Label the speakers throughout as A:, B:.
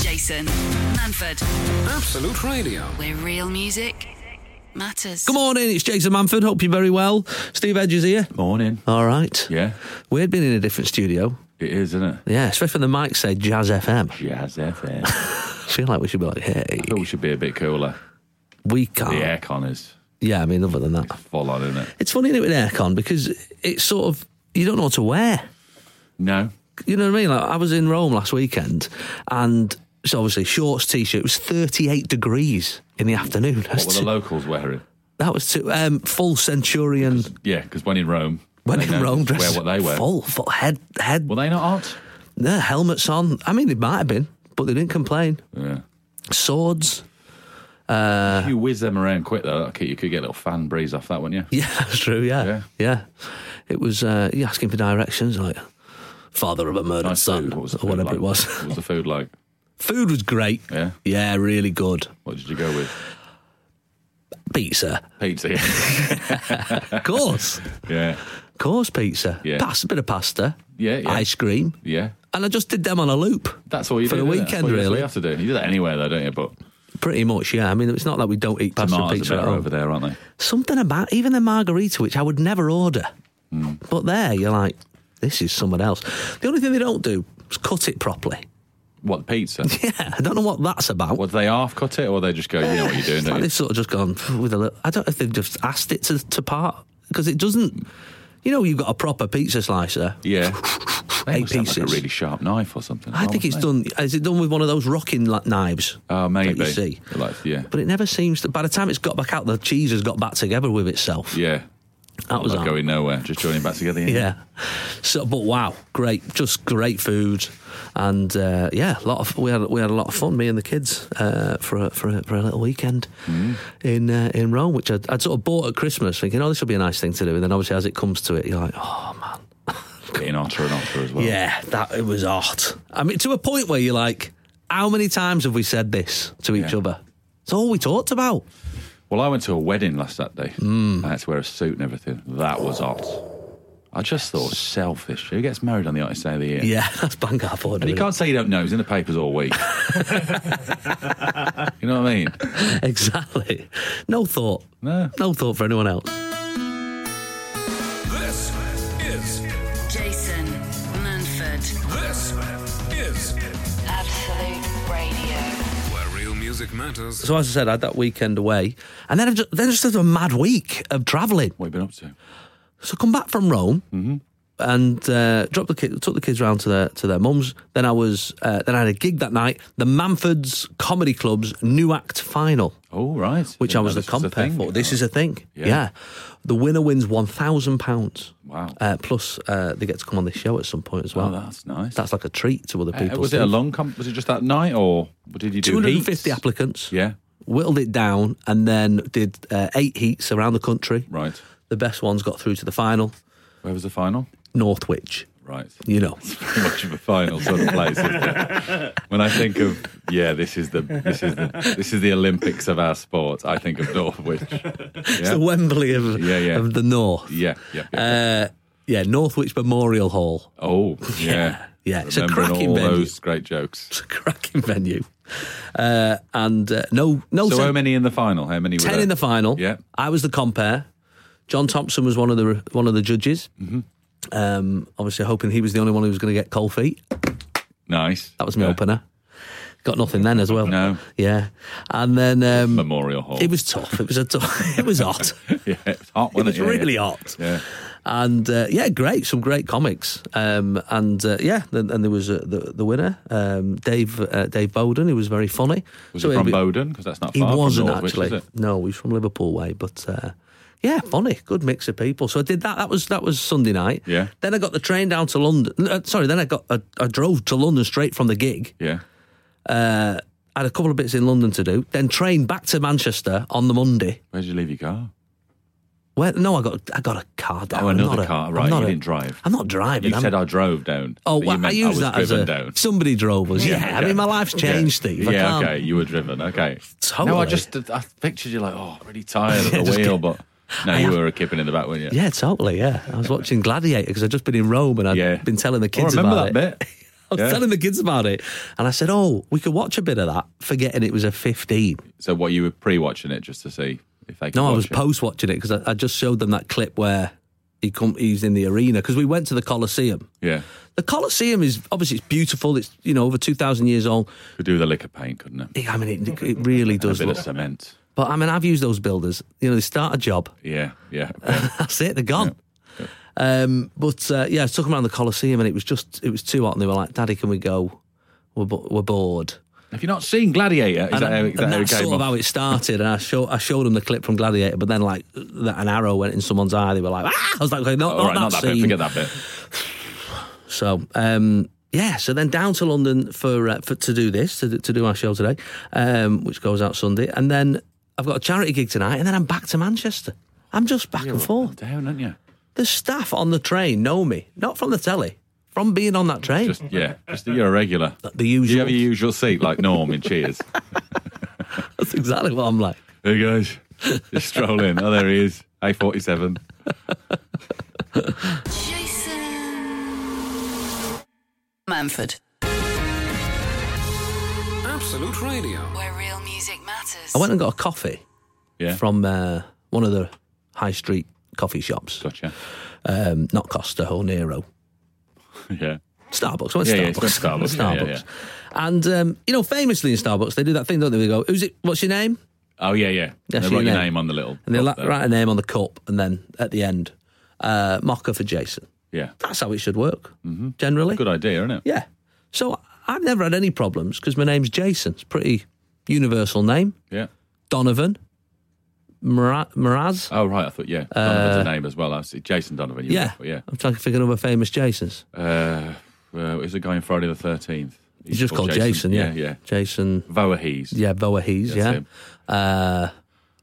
A: Gleason. Manford,
B: Absolute Radio.
A: where real music matters.
C: Good morning, it's Jason Manford. Hope you're very well. Steve Edge is here.
D: Morning.
C: All right.
D: Yeah,
C: We'd been in a different studio.
D: it is, isn't it?
C: Yeah, especially when the mic said Jazz FM.
D: Jazz FM. I
C: I feel like we should be like, hey,
D: thought we should be a bit cooler.
C: we
D: The
C: can't.
D: aircon is
C: Yeah, I mean, other than that.
D: full on, isn't it?
C: It's funny isn't it, with aircon because it's sort of, you don't know what to wear.
D: No.
C: You know what I mean? Like, I was in Rome last weekend and it's obviously shorts, t shirt. It was 38 degrees in the afternoon. That's
D: What were the
C: too-
D: locals wearing?
C: That was too, um, full centurion.
D: Yeah, because when in Rome,
C: When
D: they
C: in
D: know
C: Rome,
D: just
C: dress
D: wear what they wear.
C: full, full head, head,
D: Were they not hot?
C: no, helmets on. I mean, they might have been, but they didn't complain.
D: Yeah.
C: Swords. Uh-huh.
D: if you whiz them around quick though, okay, you could get a little fan breeze off that, wouldn't you?
C: Yeah, that's true. Yeah, yeah.
D: Yeah.
C: It was uh, you asking for directions, like father of a murdered
D: Nice
C: son,
D: food. What was the
C: or
D: food
C: whatever
D: like?
C: it was.
D: What was the food like?
C: food was great.
D: Yeah.
C: yeah, really good
D: What did you go with?
C: pizza.
D: Pizza. yeah.
C: Of course,
D: yeah.
C: of course, pizza.
D: Yeah.
C: pasta, bit of pasta.
D: Yeah, yeah.
C: ice cream,
D: Yeah.
C: and I just did them on a loop.
D: That's all you
C: For
D: do
C: the
D: isn't it? That's
C: weekend,
D: what you- that's
C: really.
D: what you have to do. You do that anywhere though, don't you? But
C: Pretty much, yeah. I mean, it's not that we don't eat pasta and
D: tomatoes
C: pizza
D: are
C: at
D: better
C: home.
D: over there, aren't they?
C: something about even the margarita, which I would never order. But there, you're like, this is someone else. The only thing they don't do is cut it properly.
D: What pizza?
C: Yeah, I don't know what that's about.
D: What do they half cut it, or they just go, you know what you're doing?
C: Like
D: Don't you?
C: they've sort of just gone "Phew," with a little. I don't know if they've just asked it to, to part because it doesn't. You know, you've got a proper pizza slicer.
D: Yeah,
C: Eight
D: they
C: pieces.
D: must have, like, a really sharp knife or something.
C: I
D: Oh,
C: think it's
D: mate.
C: done. Is it done with one of those rocking like, knives?
D: Oh, maybe.
C: That you see.
D: Like, yeah,
C: But it never seems to. By the time it's got back out, the cheese has got back together with itself.
D: yeah.
C: that was
D: Not
C: our-
D: going nowhere. Just joining back together.
C: Yeah. So, but wow, great, just great food, and uh, yeah, a lot of we had we had a lot of fun, me and the kids, uh, for a, for a, for a little weekend in uh, in Rome, which I'd, I'd sort of bought at Christmas, thinking, oh, this will be a nice thing to do, and then obviously as it comes to it, you're like, oh man,
D: Getting hotter and hotter as well.
C: yeah, that it was hot. I mean, to a point where you're like, how many times have we said this to each
D: Yeah.
C: other? It's all we talked about.
D: Well, I went to a wedding last Saturday. Mm. I had to wear a suit and everything. That was hot. I just thought selfish. Who gets married on the hottest day of the year?
C: Yeah, that's bang out for
D: And you can't say you don't know. It's in the papers all week. you know what I mean?
C: Exactly. No thought.
D: No.
C: No thought for anyone else.
B: This is
A: Jason Manford,
B: this is
A: Absolute Radio.
B: where real music matters.
C: So as I said, I had that weekend away, and then I just, then I just had a mad week of travelling.
D: What have you been up to?
C: So I come back from Rome
D: Mm-hmm.
C: and uh, dropped the kid, took the kids round to their to their mums. Then I was uh, then I had a gig that night, the Manfords Comedy Club's new act final,
D: Oh, right.
C: which I
D: Didn't
C: was
D: know
C: the
D: this a
C: compere
D: thing.
C: for. This is a thing, yeah.
D: Yeah.
C: The winner wins one thousand pounds.
D: Wow.
C: Uh, plus, uh, they get to come on this show at some point as well.
D: Oh, that's nice.
C: That's like a treat to other
D: Uh,
C: people.
D: was it a long comp? Was it just that night, or did you do
C: Two hundred and fifty
D: heats?
C: applicants.
D: Yeah,
C: Whittled it down and then did uh, eight heats around the country.
D: right.
C: The best ones got through to the final.
D: Where was the final?
C: Northwich,
D: Right.
C: you know.
D: Pretty much of a final sort of place. Isn't it? When I think of yeah, this is the this is the this is the Olympics of our sport. I think of Northwich.
C: It's the
D: Yeah,
C: Wembley of,
D: Yeah, yeah.
C: of the North.
D: yeah, yeah. yeah.
C: Uh, yeah, Northwich Memorial Hall.
D: oh, yeah,
C: yeah, it's a
D: Remembering
C: cracking
D: all
C: venue.
D: those great jokes.
C: It's a cracking venue. Uh, and uh, no, no,
D: So
C: sen-
D: how many in the final? How many? Were
C: 10
D: there?
C: in the final.
D: Yeah.
C: I was the compare. John Thompson was one of the one of the judges.
D: Mm-hmm.
C: Um, obviously, hoping he was the only one who was going to get cold feet.
D: Nice.
C: That was my
D: Yeah.
C: opener. Got nothing then as well.
D: No.
C: Yeah. And then um,
D: Memorial Hall.
C: it was tough. It was a tough. it was hot.
D: yeah, it was hot.
C: It
D: Wasn't
C: was
D: it Yeah,
C: really
D: yeah.
C: hot.
D: Yeah.
C: and uh, yeah, great, some great comics, um, and uh, yeah, and, and there was uh, the the winner, um, Dave uh, Dave Bowden, who was very funny.
D: Was
C: So
D: it from
C: he'd be-
D: Bowden? Because that's not
C: He
D: far from
C: wasn't
D: Northwich, is
C: actually.
D: it?
C: No, he's from Liverpool way, but uh, yeah, funny, good mix of people. So I did that. That was that was Sunday night.
D: Yeah.
C: Then I got the train down to London. Uh, sorry, then I got I, I drove to London straight from the gig.
D: Yeah.
C: I had a couple of bits in London to do. Then train back to Manchester on the Monday.
D: Where did you leave your car?
C: Where, no, I got I got a car. Down.
D: Oh,
C: I'm
D: another
C: not a-
D: car.
C: I'm
D: Right,
C: not
D: you
C: a-
D: didn't drive.
C: I'm not driving.
D: You
C: I'm-
D: said I drove down.
C: Oh,
D: but you
C: well, I
D: meant
C: use
D: was
C: that as
D: driven
C: a
D: down.
C: somebody drove us. Yeah, I mean, my life's changed,
D: yeah.
C: Steve. I
D: Yeah,
C: can't-
D: okay, you were driven. Okay. No, I
C: Totally.
D: just I pictured you like, oh, really tired at
C: Yeah,
D: the
C: just
D: wheel,
C: get-
D: but Oh, no,
C: I
D: you
C: have-
D: were kipping in the back, weren't you?
C: Yeah, totally. Yeah, I was watching Gladiator because I'd just been in Rome and i had
D: Yeah.
C: been telling the
D: Oh, I
C: kids
D: remember
C: about
D: that
C: it.
D: bit.
C: I was
D: Yeah.
C: telling the kids about it, and I said, "Oh, we could watch a bit of that," forgetting it was a fifteen.
D: So what you were pre-watching it just to see if they could
C: No, I
D: watch
C: was
D: it.
C: post watching it because I, I just showed them that clip where he come, he's in the arena because we went to the Coliseum.
D: yeah.
C: The Coliseum is obviously it's beautiful. It's you know over two thousand years old.
D: Could do with a lick of paint, couldn't it?
C: I mean, it, it really
D: A
C: does
D: bit of
C: look.
D: cement.
C: But I mean, I've used those builders. You know, they start a job,
D: Yeah, yeah.
C: that's it, they're gone. Um, but uh, yeah, I took them around the Coliseum, and it was just it was too hot, and they were like, "Daddy, can we go? We're, bo- we're bored."
D: Have you not seen Gladiator? Is
C: And,
D: that how, is
C: and
D: that how it
C: that's
D: came
C: sort of
D: off?
C: how it started. And I showed I showed them the clip from Gladiator, but then like that, an arrow went in someone's eye. They were like, "Ah!" I was like, okay, "Not,
D: All
C: not
D: right,
C: that
D: not that bit.
C: scene."
D: Forget that bit.
C: So um, yeah, so then down to London for, uh, for to do this to, to do our show today, um, which goes out Sunday, and then I've got a charity gig tonight, and then I'm back to Manchester. I'm just back and forth.
D: Down, aren't you?
C: The staff on the train know me, not from the telly, from being on that train.
D: Just yeah, just that you're a regular.
C: the
D: Do you have
C: usual.
D: your usual seat like Norm in Cheers?
C: That's exactly what I'm like.
D: Hey guys, just stroll in. Oh, there he is. A47.
A: Jason Manford,
B: Absolute Radio.
A: where real music matters.
C: I went and got a coffee
D: Yeah.
C: from uh, one of the high street coffee shops,
D: Gotcha.
C: um, not Costa or Nero.
D: Yeah.
C: Starbucks. I went
D: Yeah,
C: Starbucks.
D: yeah, it's went Starbucks, yeah, yeah,
C: And um, you know, famously in Starbucks, they do that thing, don't they? They go, "Who's it? What's your name?"
D: Oh yeah, yeah.
C: That's
D: they
C: your
D: write your
C: name.
D: name on the little.
C: And they
D: top
C: like,
D: there.
C: write a name on the cup, and then at the end, uh, mocker for Jason.
D: Yeah.
C: That's how it should work,
D: Mm-hmm.
C: generally.
D: Good idea, isn't it?
C: Yeah. So I've never had any problems because my name's Jason. It's a pretty universal name.
D: Yeah.
C: Donovan, Mira- Miraz.
D: Oh right, I thought yeah. Donovan's a name as well. I see Jason Donovan. You
C: Uh, yeah.
D: were- yeah.
C: I'm trying to think of other famous Jasons.
D: Uh, well, is a guy on Friday the Thirteenth.
C: He's just called Jason. yeah.
D: yeah.
C: Jason.
D: Voahees
C: Yeah, Boahees.
D: That's
C: yeah.
D: him.
C: Uh,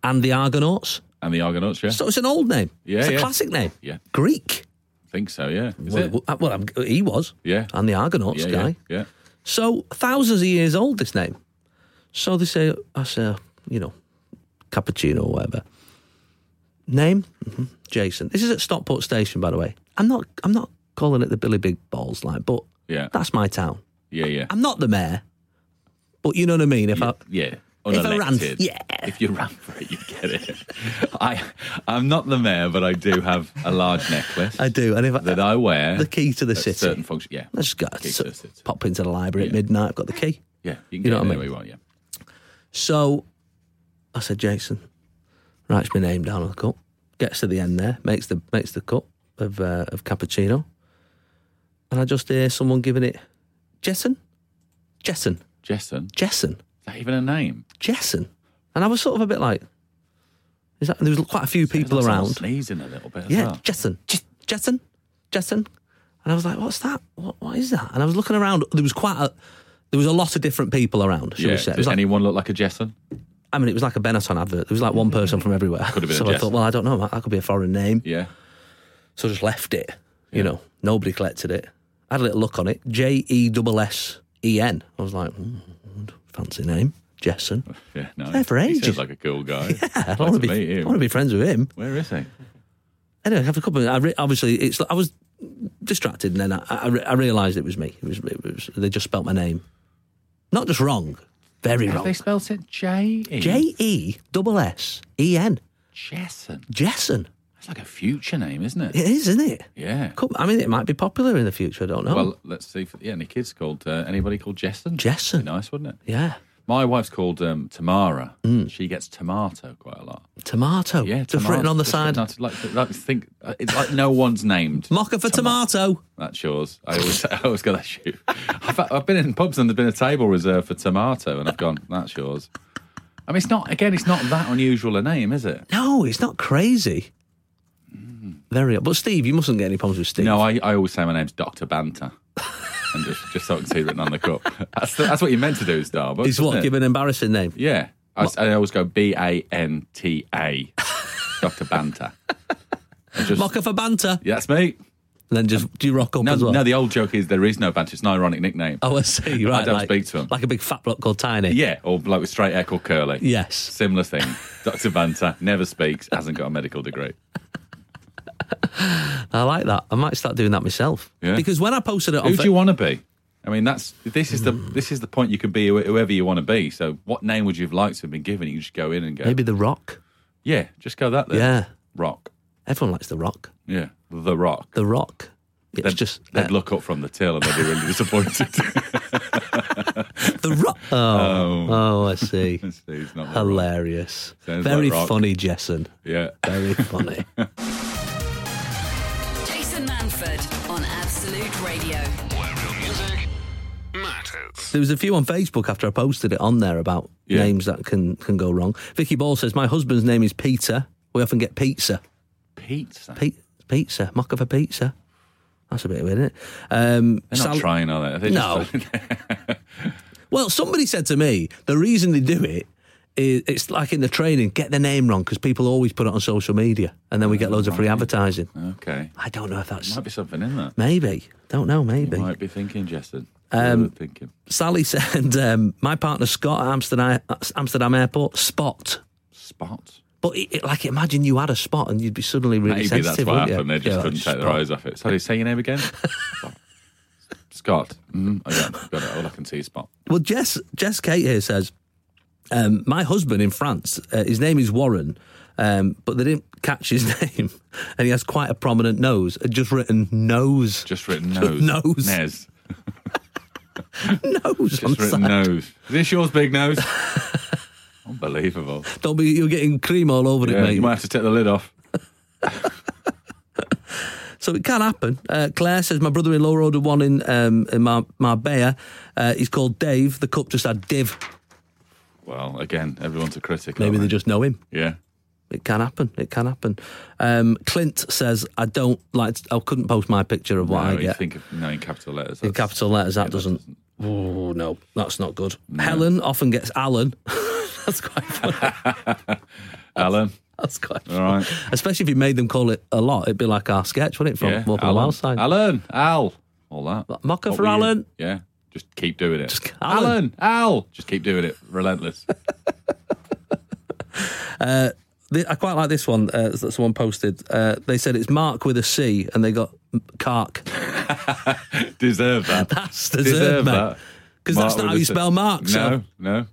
C: and the Argonauts.
D: and the Argonauts. Yeah,
C: So it's an old name.
D: Yeah,
C: it's a
D: yeah.
C: classic name.
D: Yeah.
C: Greek.
D: I think so. Yeah, is
C: well,
D: it?
C: well, well, I'm, he was.
D: Yeah.
C: And the Argonauts
D: yeah,
C: guy.
D: yeah, yeah.
C: So thousands of years old, this name. So they say, I say, you know, cappuccino or whatever. Name, hmm Jason. This is at Stockport Station, by the way. I'm not, I'm not calling it the Billy Big Balls like, but
D: Yeah.
C: that's my town.
D: Yeah, yeah.
C: I'm not the mayor, but you know what I mean. If I,
D: yeah.
C: If I ran-
D: Unelected.
C: yeah.
D: If you ran for it, you get it. I, I'm not the mayor, but I do have a large necklace
C: I do, and if I,
D: that I wear.
C: the key to the
D: at
C: city.
D: Certain function. Yeah.
C: I just got
D: Key to the city.
C: pop into the library at
D: Yeah.
C: midnight. I've got the key.
D: Yeah. You can
C: You
D: get
C: know
D: it
C: what I
D: anywhere
C: mean?
D: you want. Yeah.
C: So I said, Jason, writes my name down on the cup. Gets to the end there, makes the makes the cup of uh, of cappuccino, and I just hear someone giving it Jessen, Jessen,
D: Jesson.
C: Jessen,
D: Is that even a name?
C: Jessen, and I was sort of a bit like, is that? There was quite a few people
D: Sounds like someone
C: around.
D: Sneezing a little bit as
C: Yeah,
D: well.
C: Jetson, Jes- Jetson, Jetson. And I was like, what's that? What, what is that? And I was looking around. There was quite a, there was a lot of different people around, shall
D: Yeah.
C: we say. It
D: Does
C: was like-
D: anyone look like a Jesson?
C: I mean, it was like a Benetton advert. There was like one person from everywhere.
D: Could have been
C: so
D: a
C: I
D: Jetson.
C: thought, well, I don't know. That that could be a foreign name.
D: Yeah.
C: So I just left it. You know, nobody collected it. I had a little look on it. J E S S E N. I was like, mm, fancy name, Jetson.
D: Yeah. No.
C: There for
D: He
C: ages.
D: sounds like a cool guy.
C: I
D: Yeah.
C: want to
D: to meet
C: be, I
D: him.
C: want to be friends with him.
D: Where is he?
C: Anyway, after a couple, of, I re- obviously it's I was distracted, and then I, I, re- I realised it was me. It was, it was they just spelt my name, not just wrong, very
D: Have they
C: wrong.
D: spelled it J E?
C: J E double S E N
D: Jesson.
C: Jessen.
D: That's like a future name, isn't it?
C: It is, isn't it?
D: Yeah.
C: Come- I mean, it might be popular in the future. I don't know.
D: Well, let's see. If, yeah, any kids called uh, anybody called Jesson?
C: Jesson.
D: Be nice, wouldn't it?
C: yeah,
D: My wife's called um, Tamara. She gets tomato quite a lot.
C: tomato.
D: Yeah,
C: just written
D: tomato,
C: on Mm. the
D: just
C: side.
D: written on- like, like, think uh, it's like no one's named.
C: Mocker for
D: Toma-
C: tomato.
D: That's yours. I always, I always got that shoe. I've, I've been in pubs and there's been a table reserved for tomato, and I've gone, that's yours. I mean, it's not. Again, it's not that unusual a name, is it?
C: No, it's not crazy. Very. But Steve, you mustn't get any problems with Steve.
D: No, I, I always say my name's Doctor Banter, and just just so I can see it written on the cup. That's the, that's what you're meant to do, Starbucks.
C: it's what
D: isn't it?
C: give an embarrassing name.
D: Yeah. I, I always go B A N T A, Dr. Banter. I just-
C: Mocker for banter.
D: yeah, that's me.
C: And then just do you rock up
D: No,
C: as well?
D: no, the old joke is there is no banter. It's an ironic nickname.
C: Oh, I see. Right,
D: I don't
C: like,
D: speak to him.
C: Like a big fat block called Tiny.
D: Yeah, or like with straight hair called Curly.
C: Yes.
D: Similar thing. Dr. Banter never speaks, hasn't got a medical degree.
C: I like that. I might start doing that myself.
D: Yeah.
C: Because when I posted it on
D: Who
C: Fa-
D: do you want to be? I mean, that's this is the
C: Hmm.
D: this is the point you can be wh- whoever you want to be. So, what name would you have liked to have been given? You can just go in and go,
C: Maybe The Rock.
D: yeah, just go that there.
C: Yeah.
D: Rock,
C: Everyone likes The Rock.
D: yeah, the Rock.
C: The Rock. It's
D: They'd,
C: just
D: they'd
C: uh,
D: look up from the till and they'd be really disappointed.
C: The Rock. Oh, oh, I see.
D: It's not The Rock.
C: Hilarious.
D: Sounds
C: Very
D: like Rock.
C: funny, Jason.
D: Yeah,
C: Very funny.
A: Jason Manford on Absolute Radio.
B: Where real music matters.
C: There was a few on Facebook after I posted it on there about
D: Yeah.
C: names that can, can go wrong. Vicky Ball says, My husband's name is Peter. We often get pizza.
D: pizza.
C: Pe- pizza. Mock of a pizza. That's a bit weird, isn't it? Um,
D: They're not
C: Sal-
D: trying, are they? They're
C: No.
D: just-
C: well, somebody said to me, the reason they do it is it's like in the training, get the name wrong because people always put it on social media and then we get loads of free advertising.
D: okay.
C: I don't know if that's.
D: Might be something in there.
C: Maybe. Don't know, maybe.
D: You might be thinking, Justin. Um, thinking.
C: Sally said, um, my partner Scott at Amsterdam, Amsterdam Airport, spot.
D: Spot.
C: But it, it- like, imagine you had a spot and you'd be suddenly really
D: Maybe
C: sensitive.
D: that's what
C: wouldn't you?
D: happened. They just
C: Yeah,
D: couldn't
C: like,
D: take their eyes off it. Sorry, say your name again. Scott. Mm, I got, got it. All I can see is Spot.
C: Well, Jess, Jess Kate here says, um, my husband in France, uh, his name is Warren, um, but they didn't catch his name, and he has quite a prominent nose. I'd just written nose,
D: Just written nose.
C: nose.
D: Nez.
C: nose. on
D: Just
C: the
D: written
C: side.
D: nose. Is this yours, big nose? Unbelievable.
C: Don't be, you're getting cream all over
D: Yeah,
C: it, mate.
D: you might have to take the lid off.
C: So it can happen. Uh, Claire says my brother-in-law ordered one in um, in Mar- Marbella. Uh, he's called Dave. The cup just had div.
D: Well, again, everyone's a critic.
C: Maybe
D: aren't
C: they just know him.
D: Yeah.
C: It can happen. It can happen. Um, Clint says, "I don't like. I couldn't post my picture of what
D: no,
C: I
D: you
C: get
D: think of no in capital letters.
C: in
D: that's-
C: capital letters. That doesn't. Oh no, that's not good. Helen often gets Alan. that's quite. Funny.
D: Alan.
C: That's quite.
D: All right.
C: Especially if you made them call it a lot, it'd be like our sketch, wouldn't it? From
D: Yeah.
C: Walk on the
D: Alan.
C: Wild Side.
D: Alan. Al. All that.
C: Mocker
D: What
C: for
D: were you-
C: Alan.
D: Yeah. Just keep doing it.
C: Just- Alan.
D: Alan. Al. Just keep doing it. Relentless.
C: The- I quite like this one. Uh, that someone posted. Uh, they said it's Mark with a C, and they got M- Cark.
D: Deserve that.
C: That's deserved, mate. Because that's
D: Mark
C: not
D: with
C: how
D: a
C: you
D: C.
C: spell Mark. So.
D: No, no.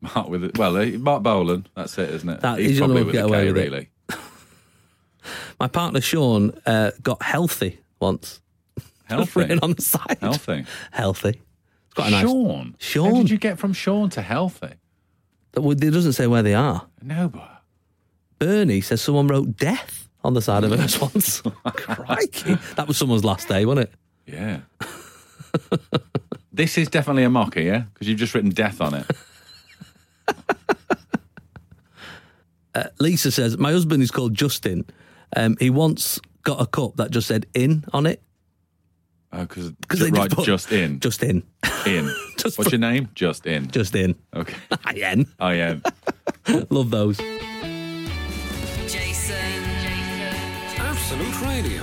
D: Mark with it. Well, eh, Mark Bolan. That's it, isn't it?
C: That-
D: He's
C: he's the
D: probably
C: one
D: with
C: who
D: a
C: get away
D: K,
C: with it.
D: really.
C: My partner Sean uh, got healthy once. Just
D: Healthy.
C: written on the side.
D: Healthy.
C: Healthy. It's quite a nice.
D: Sean.
C: Sean.
D: How did you get from Sean to healthy?
C: Well, It doesn't say where they are.
D: No, but
C: Bernie says someone wrote death on the side of hers once. Crikey. That was someone's last day, wasn't it?
D: yeah. this is definitely a mocker, yeah, because you've just written death on it.
C: Lisa says, My husband is called Justin. Um, he once got a cup that just said in on it.
D: Because
C: Because they
D: Oh, right,
C: just put
D: just in,
C: Just in.
D: in.
C: Just
D: What's
C: put-
D: your name? Just in.
C: Just in.
D: Okay.
C: I N.
D: I am.
C: Love those.
A: Jason. Jason.
B: Absolute Radio.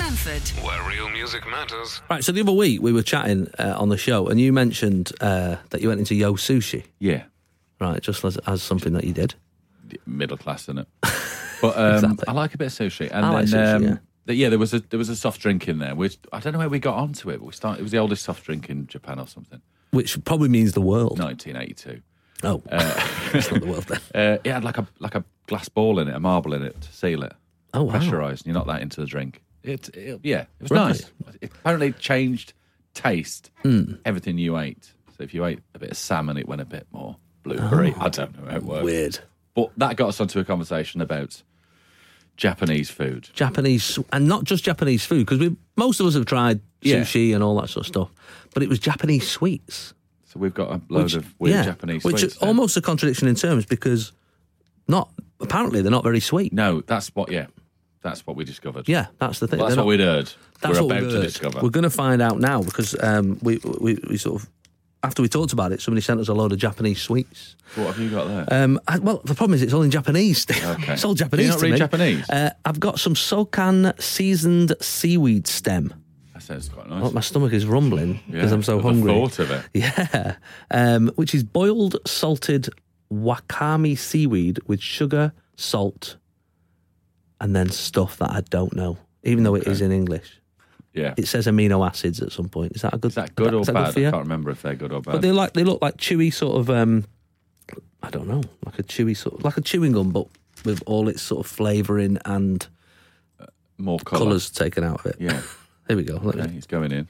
A: Manford.
B: Where real music matters.
C: Right, so the other week we were chatting uh, on the show and you mentioned uh, that you went into Yo Sushi,
D: Yeah.
C: right? Just as, as something that you did.
D: middle class, isn't it? But um,
C: Exactly.
D: I like a bit of sushi. And
C: I like sushi,
D: um,
C: yeah.
D: th- there was a there was a soft drink in there. Which I don't know where we got onto it, but we started. It was the oldest soft drink in Japan or something,
C: Which probably means the world.
D: 1982.
C: Oh, it's not the world then.
D: Uh, it had like a like a glass ball in it, a marble in it to seal it.
C: Oh, wow.
D: Pressurized. And you knock that into the drink. It, it yeah, it was
C: Right.
D: nice. It apparently changed taste.
C: Hmm.
D: Everything you ate. So if you ate a bit of salmon, it went a bit more blueberry.
C: Oh.
D: I don't know how it worked.
C: Weird.
D: But that got us onto a conversation about Japanese food.
C: Japanese, and not just Japanese food, because most of us have tried
D: Yeah.
C: sushi and all that sort of stuff, but it was Japanese sweets.
D: So we've got a load of weird Japanese
C: Which
D: sweets.
C: is
D: now.
C: almost a contradiction in terms because not, apparently they're not very sweet.
D: no, that's what. Yeah, that's what we discovered.
C: Yeah, that's the thing.
D: Well, that's
C: They're
D: what
C: not-
D: we'd heard.
C: That's what
D: We're about
C: we've
D: to
C: heard.
D: discover.
C: We're going to find out now because um, we, we, we sort of, after we talked about it, somebody sent us a load of Japanese sweets.
D: What have you got there?
C: Um, I, well, the problem is it's all in Japanese. Steve.
D: Okay.
C: it's all
D: Do you
C: Japanese.
D: not
C: to
D: read
C: me.
D: Japanese?
C: Uh, I've got some Sokan seasoned seaweed stem.
D: that sounds quite nice.
C: Oh, my stomach is rumbling because
D: Yeah,
C: I'm so
D: the
C: hungry.
D: Thought of it.
C: Yeah, um, which is boiled salted wakame seaweed with sugar, salt, and then stuff that I don't know, even though it is in English.
D: Yeah.
C: It says amino acids at some point. Is that a good?
D: Is that good or
C: is that
D: bad?
C: for you?
D: I can't remember if they're good or bad.
C: But they like they look like chewy sort of um I don't know, like a chewy sort like a chewing gum but with all its sort of flavouring and
D: More
C: colours taken out of it.
D: Yeah.
C: Here we go. Let me-
D: Okay, it's going in.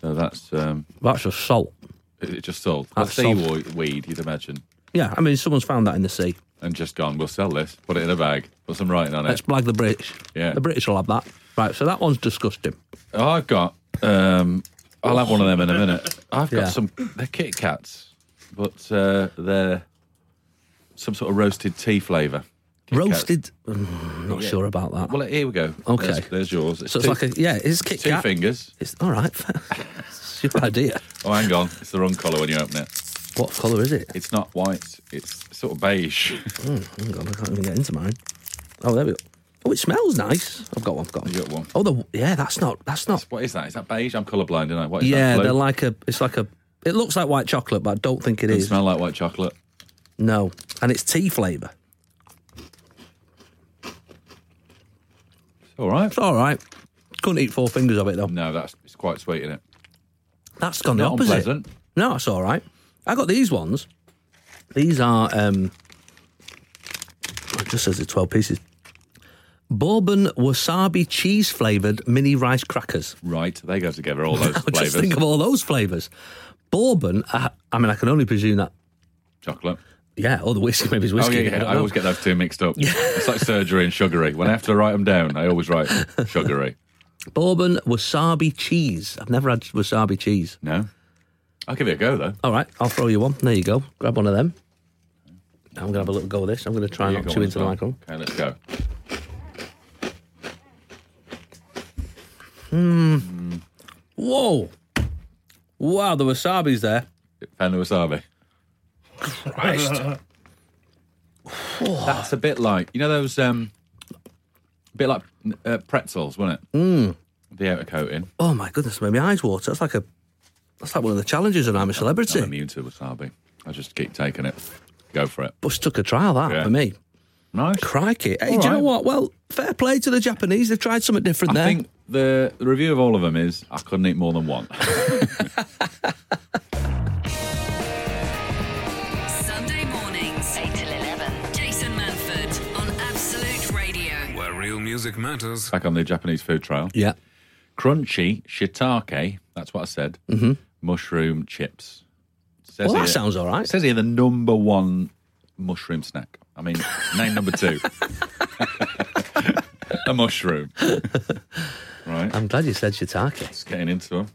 D: So that's um,
C: That's just salt.
D: it it just sold. That's
C: That's sold.
D: seaweed, you'd imagine,
C: Yeah, I mean someone's found that in the sea.
D: and just gone. We'll sell this. Put it in a bag. Put some writing on
C: Let's
D: it.
C: blag the British.
D: Yeah.
C: The British will have that. Right, so that one's disgusting.
D: Oh, I've got. Um, I'll have one of them in a minute. I've got
C: Yeah.
D: some. They're Kit Kats, but uh, they're some sort of roasted tea flavour. Kit Kats.
C: Roasted Mm, not sure about that.
D: Well, here we go.
C: Okay.
D: There's, there's yours.
C: so it's
D: two,
C: like a yeah, it's Kit
D: two
C: Kat.
D: fingers.
C: It's all right. it's your idea.
D: Oh, hang on. It's the wrong colour when you open it.
C: What colour is it?
D: It's not white. It's sort of beige.
C: Hang on, I can't even get into mine. Oh, there we go. Oh, it smells nice. I've got one. I've got one.
D: You got one?
C: Oh, the yeah. That's not. That's not.
D: what is that? Is that beige? I'm colourblind, isn't I? What is
C: Yeah,
D: that?
C: they're like a. It's like a. It looks like white chocolate, but I don't think it
D: They
C: is.
D: smell like white chocolate.
C: No, and it's tea flavour.
D: It's all right.
C: It's all right. Couldn't eat four fingers of it though.
D: No, that's it's quite sweet, isn't it?
C: That's gone
D: Not
C: the opposite.
D: unpleasant.
C: No, it's all right. I got these ones. These are. um It just says it's twelve pieces. Bourbon wasabi cheese flavoured mini rice crackers.
D: Right, they go together. All those flavours.
C: Just think of all those flavours. Bourbon. I, I mean, I can only presume that.
D: chocolate.
C: Yeah, or the whiskey maybe is
D: Oh
C: whiskey.
D: yeah,
C: I
D: yeah.
C: don't
D: I,
C: know.
D: always get those two mixed up. it's like surgery and sugary. When I have to write them down, I always write sugary.
C: Bourbon wasabi cheese. I've never had wasabi cheese.
D: No, I'll give it a go though.
C: All right, I'll throw you one. There you go. Grab one of them. I'm going to have a little go of this. I'm going to try
D: You
C: not
D: got
C: chew
D: one
C: into
D: as
C: the
D: well.
C: microphone.
D: Okay, let's go.
C: Whoa! Wow, the wasabi's there.
D: Pan wasabi.
C: Christ.
D: That's a bit like you know those um, a bit like uh, pretzels, wasn't it? Mm. The outer coating.
C: Oh my goodness, made my eyes water. That's like a. That's like one of the challenges, and I'm a
D: I'm
C: celebrity.
D: immune to wasabi. I just keep taking it. Go for it.
C: But took a trial that
D: Yeah.
C: for me.
D: Nice.
C: Crikey! Hey,
D: All
C: do you know
D: right.
C: what? Well, fair play to the Japanese. They've tried something different
D: I
C: there.
D: think the, the review of all of them is I couldn't eat more than one.
A: Sunday mornings, 8 till 11. Jason Manford on Absolute Radio.
B: Where real music matters.
D: Back on the Japanese food trial.
C: yeah.
D: Crunchy shiitake, that's what I said, mushroom chips. Says
C: Mm-hmm. Well, that sounds all right.
D: It says here the number one mushroom snack. I mean, name number two. A mushroom. Right.
C: I'm glad you said shiitake.
D: It's getting into them.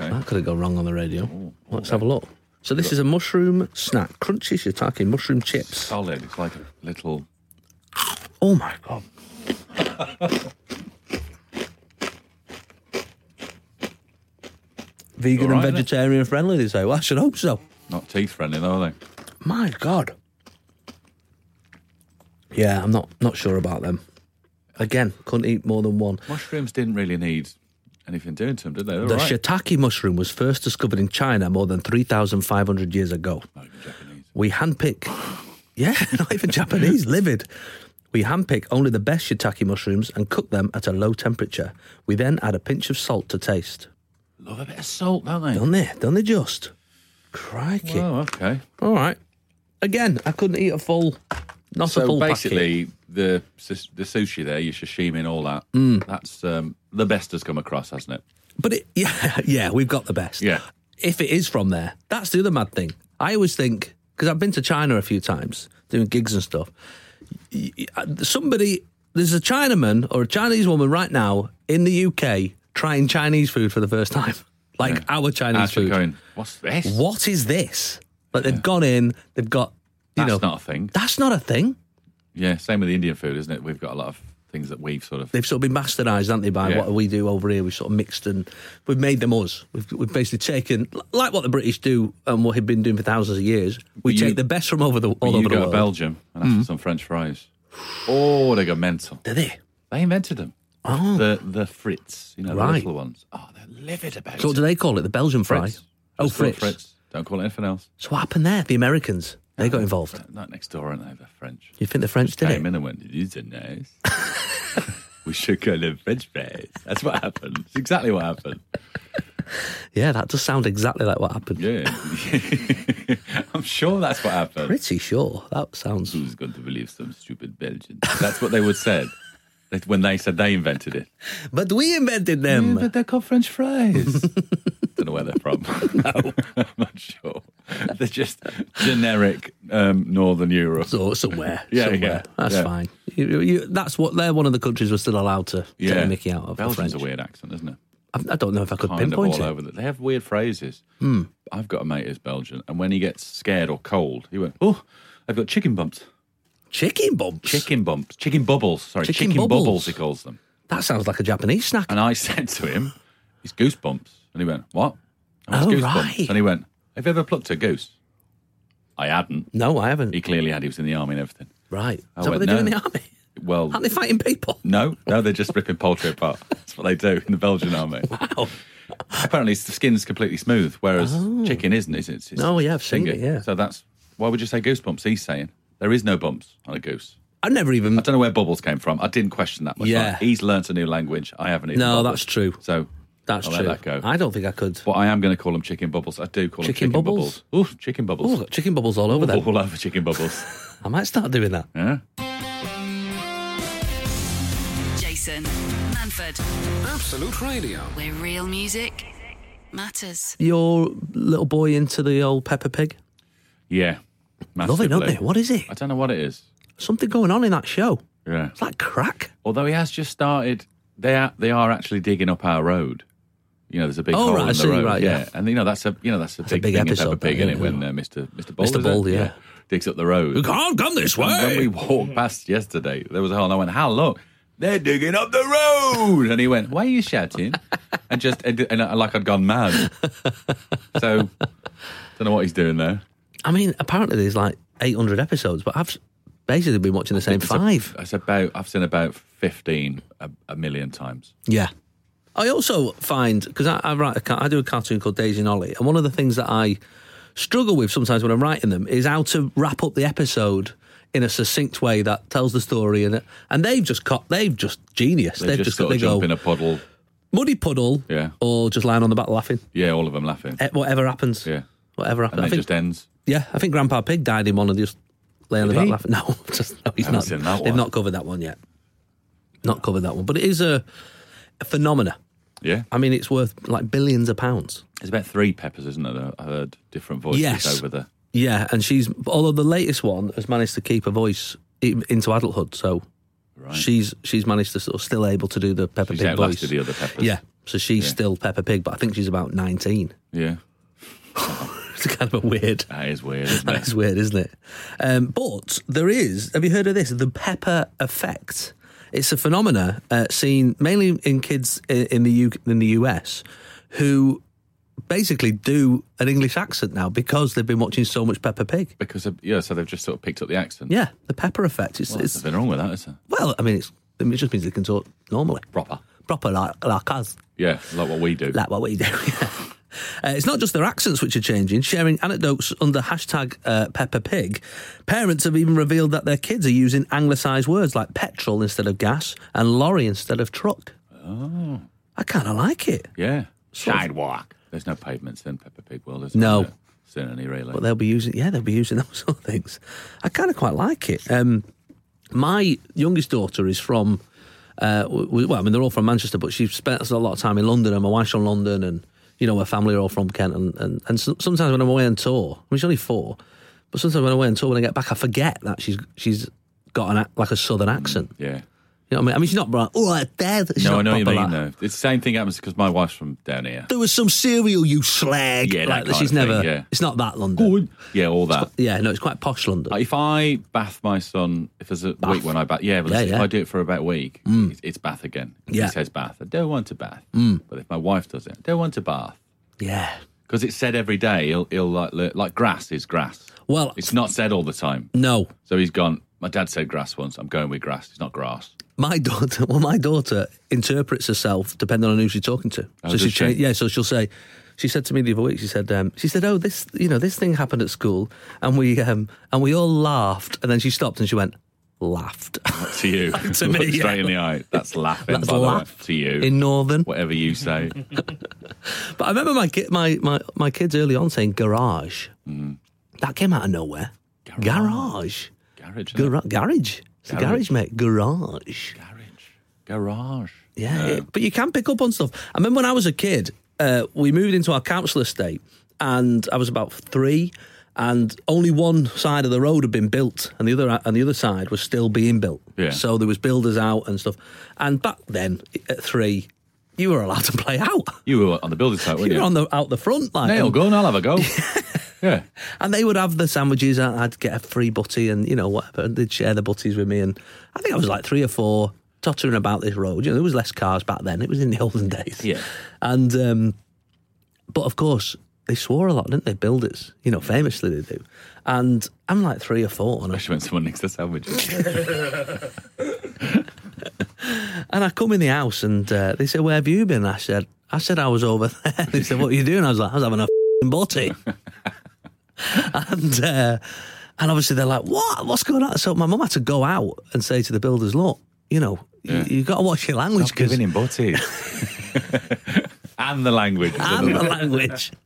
D: Okay.
C: That could have gone wrong on the radio. Let's have a Oh, look. So this is a mushroom snack, crunchy shiitake mushroom chips.
D: Solid. It's like a little.
C: Oh my god! Vegan
D: All right,
C: and
D: innit?
C: vegetarian friendly, they say. Well, I should hope so.
D: Not teeth friendly, though, are they?
C: My god. Yeah, I'm not not sure about them. Again, couldn't eat more than one.
D: Mushrooms didn't really need anything doing to them, did they? They're
C: The
D: all right.
C: shiitake mushroom was first discovered in China more than 3,500 years ago.
D: Not even Japanese.
C: We handpick, yeah, not even Japanese, livid. We handpick only the best shiitake mushrooms and cook them at a low temperature. We then add a pinch of salt to taste.
D: Love a bit of salt, don't they?
C: Don't they? Don't they just? Crikey.
D: Oh, okay.
C: All right. Again, I couldn't eat a full, not a
D: So
C: full packet.
D: basically, the sus- the sushi there, your sashimi and all that,
C: Mm.
D: that's um, the best has come across, hasn't it?
C: But it, yeah, yeah, we've got the best.
D: Yeah.
C: If it is from there, that's the other mad thing. I always think because I've been to China a few times doing gigs and stuff. y- y- Somebody, there's a Chinaman or a Chinese woman right now in the UK trying Chinese food for the first time, like our Chinese
D: Actually,
C: food.
D: going, what's this?
C: What is this? Like they've gone in, they've got you
D: That's
C: know,
D: not a thing.
C: that's not a thing.
D: Yeah, same with the Indian food, isn't it? We've got a lot of things that we've sort of.
C: They've sort of been bastardised, haven't they, by
D: Yeah.
C: what we do over here? We've sort of mixed and we've made them us. We've, we've basically taken, like what the British do and what have been doing for thousands of years, we
D: You-
C: take the best from over the, all
D: you
C: over the
D: go to
C: world. Mm.
D: Belgium and ask for some French fries. Oh, they go mental.
C: Do they?
D: They invented them.
C: Oh.
D: The the frits, you know, the
C: Right.
D: little ones. Oh, they're livid about
C: So what
D: it.
C: do they call it? The Belgian fry?
D: Fritz.
C: Oh,
D: Just call it
C: Fritz.
D: Fritz. Don't call it anything else.
C: So what happened there? The Americans, they got involved.
D: Right next door, aren't they? They're French.
C: You think the French did
D: Came
C: it?
D: in and went, these are nice. with sugar and French fries. That's what happened. It's exactly what happened.
C: Yeah, that does sound exactly like what happened.
D: Yeah. I'm sure that's what happened.
C: Pretty sure. That sounds.
D: Who's going to believe some stupid Belgian? That's what they would said that- when they said they invented it.
C: But we invented
D: Yeah,
C: them.
D: but they're called French fries. Don't know where they're from. No, I'm not sure. They're just generic um, Northern Europe.
C: So somewhere,
D: Yeah,
C: somewhere.
D: yeah,
C: that's
D: yeah.
C: fine. You, you, that's what they're one of the countries we're still allowed to take a Mickey out of. the
D: Belgium's a
C: French.
D: weird accent, isn't it?
C: I, I don't know if I could
D: Kind of
C: pinpoint
D: all
C: it.
D: over. The, they have weird phrases. Mm. I've got a mate who's Belgian, and when he gets scared or cold, he went, "Oh, I've got chicken bumps,
C: Chicken bumps.
D: chicken bumps, chicken bubbles." Sorry,
C: Chicken
D: chicken, bubbles.
C: bubbles.
D: He calls them.
C: That sounds like a Japanese snack.
D: And I said to him, "It's goosebumps," and he went, "What?" I went,
C: Oh,
D: "It's
C: right.
D: And he went, "Have you ever plucked a goose?" I hadn't.
C: No, I haven't.
D: He clearly had. He was in the army and everything.
C: Right. Is
D: I
C: that what they
D: went,
C: do in
D: no.
C: the army?
D: Well,
C: Aren't they fighting people?
D: no, no, they're just ripping poultry apart. That's what they do in the Belgian army.
C: Wow.
D: Apparently, the skin's completely smooth, whereas chicken isn't. Is it? It's, it's
C: No, Oh. yeah, I've seen it, yeah.
D: So that's why would you say goosebumps? He's saying there is no bumps on a goose.
C: I never even.
D: I don't know where bubbles came from. I didn't question that. Much
C: Yeah.
D: he's learnt a new language. I haven't. Even
C: No,
D: bothered.
C: that's true.
D: So
C: That's
D: I'll
C: true.
D: Let that go.
C: I don't think I could.
D: But I am going to call them chicken bubbles. I do call
C: Chicken
D: them chicken
C: bubbles?
D: bubbles. Ooh, chicken
C: Oh,
D: bubbles.
C: got chicken bubbles all over them.
D: All over chicken bubbles.
C: I might start doing that.
D: yeah.
A: Jason Manford,
B: Absolute Radio.
A: where real music matters.
C: Your little boy into the old Pepper Pig.
D: Yeah.
C: Love it, don't
D: massively.
C: they? What is it?
D: I don't know what it is.
C: Something going on in that show.
D: Yeah.
C: It's like crack.
D: Although he has just started, they are they are actually digging up our road. You know, there's a big
C: Oh,
D: hole
C: right, I
D: in the
C: see,
D: road.
C: right, yeah.
D: and you know that's a you know that's a
C: a
D: big,
C: big
D: thing
C: episode,
D: in Peppa Pig,
C: that,
D: isn't
C: yeah.
D: it? When uh, Mr. Mr. Ball,
C: Mr.
D: is
C: Ball,
D: it?
C: yeah.
D: digs up the road.
C: can't come this
D: And when we walked past yesterday, there was a hole, and I went, "How look, They're digging up the road," and he went, "Why are you shouting?" and just and, and I- like I'd gone mad. so, don't know what he's doing there.
C: I mean, apparently there's like 800 episodes, but I've basically been watching the same five.
D: It's about I've seen about fifteen a, a million times.
C: Yeah. I also find because I, I write a ca- I do a cartoon called Daisy and Ollie, and one of the things that I struggle with sometimes when I'm writing them is how to wrap up the episode in a succinct way that tells the story and and they've just caught they've just genius
D: They
C: have
D: just,
C: just,
D: sort
C: they
D: of jump
C: go
D: in a puddle.
C: muddy puddle
D: Yeah.
C: or just lying on the back laughing
D: Yeah, all of them laughing.
C: Eh, whatever happens
D: Yeah.
C: whatever
D: And
C: happens
D: then
C: I
D: it
C: think
D: just ends.
C: yeah I think Grandpa Pig died in one of just lay on the
D: Did
C: back
D: he?
C: laughing no just no he's
D: haven't
C: not
D: seen that
C: they've
D: one.
C: not covered that one yet not covered that one but it is a, a phenomena
D: Yeah.
C: I mean, it's worth like billions of pounds.
D: There's about three peppers, isn't there? I heard different voices
C: Yes.
D: over there.
C: Yeah, and she's although the latest one has managed to keep her voice i- into adulthood, so
D: Right.
C: she's she's managed to sort of still able to do the Peppa
D: She's
C: Pig voice.
D: outlasted the other peppers.
C: yeah, so she's still Peppa Pig, but I think she's about nineteen.
D: Yeah.
C: It's kind of a weird.
D: That is weird, isn't it?
C: That's weird, isn't it? Um, but there is. Have you heard of this? The Pepper effect. It's a phenomena uh, seen mainly in kids i- in the U- in the US who basically do an English accent now because they've been watching so much Peppa Pig.
D: Because, of, yeah, so they've just sort of picked up the accent.
C: Yeah, the Pepper effect. It's,
D: Well, there's
C: it's
D: nothing wrong with that, is there?
C: well, I mean, it's, I mean, it just means they can talk normally,
D: Proper.
C: proper like like us.
D: Yeah, like what we do.
C: like what we do. Uh, it's not just their accents which are changing. Sharing anecdotes under hashtag uh, Peppa Pig, parents have even revealed that their kids are using anglicised words like petrol instead of gas and lorry instead of truck. Oh. I kind of like it.
D: yeah.
C: Sort of.
D: Sidewalk. There's no pavements in Peppa Pig World, is there?
C: No.
D: Soon any really.
C: But they'll be using, yeah, they'll be using those sort of things. I kind of quite like it. Um, my youngest daughter is from, uh, w- w- well, I mean, they're all from Manchester, but she spends a lot of time in London, and my wife's from London, and, you know, her family are all from Kent. And, and, and so, sometimes when I'm away on tour, I mean, she's only four, but sometimes when I'm away on tour, when I get back, I forget that she's she's got an, ac- like a southern accent.
D: yeah.
C: You know what I mean? I mean, she's not like, oh, I'm dead. She's
D: No,
C: not
D: I know what you
C: proper like,
D: mean, though. It's the same thing happens because my wife's from down here.
C: There was some cereal, you slag.
D: Yeah, that
C: like,
D: kind
C: she's
D: of thing,
C: never,
D: yeah.
C: it's not that London.
D: Yeah, all that.
C: Yeah, no, it's quite posh London.
D: Like, if I bath my son, if there's a week when I bath, yeah, but
C: Yeah,
D: if
C: yeah. Mm.
D: I do it for about a week, it's, it's bath again. If
C: Yeah.
D: He says bath. I don't want to bath. Mm. But if my wife does it, I don't want to bath.
C: yeah.
D: Because it's said every day, he'll, he'll like, le- like grass is grass.
C: Well,
D: It's not said all the time.
C: No,
D: So he's gone, my dad said grass once, I'm going with grass. It's not grass.
C: my daughter. Well, my daughter interprets herself depending on who she's talking to. so
D: does
C: she,
D: she?
C: cha- yeah. So she'll say, she said to me the other week. She said, um, she said, oh, this, you know, this thing happened at school, and we, um, and we all laughed, and then she stopped and she went, laughed.
D: to you.
C: To me,
D: Look
C: yeah.
D: straight in the eye. That's laughing.
C: That's
D: by the way.
C: laugh
D: to you.
C: in Northern.
D: Whatever you say.
C: But I remember my ki- my my my kids early on saying garage. That came out of nowhere. Garage.
D: Mm. Garage. isn't it?
C: Gar- garage. It's a garage,
D: Garage.
C: mate. Garage.
D: Garage. Garage.
C: Yeah, it- but you can pick up on stuff. I remember when I was a kid, uh, we moved into our council estate, and I was about three, and only one side of the road had been built, and the other uh, and the other side was still being built.
D: Yeah.
C: So there was builders out and stuff. And back then, at three, you were allowed to play out.
D: You were on the building site,
C: You
D: weren't
C: were
D: you?
C: on the out the front line.
D: Nail
C: and-
D: gun. I'll have a go. yeah.
C: and they would have the sandwiches. and I'd get a free butty and, you know, whatever. And they'd share the butties with me. And I think I was like three or four tottering about this road. You know, there was less cars back then. It was in the olden days.
D: Yeah.
C: And, um, but of course, they swore a lot, didn't they? Builders, you know, famously they do. And I'm like three or four. And I,
D: Especially when someone nicks the sandwich.
C: and I come in the house and uh, they said, Where have you been? I said, I said I was over there. They said, What are you doing? I was like, I was having a fing butty. and uh, and obviously they're like, What? What's going on? So my mum had to go out and say to the builders, Look, you know,
D: Yeah.
C: you, you've got to watch your language
D: Stop giving him butties. and the language.
C: and the language.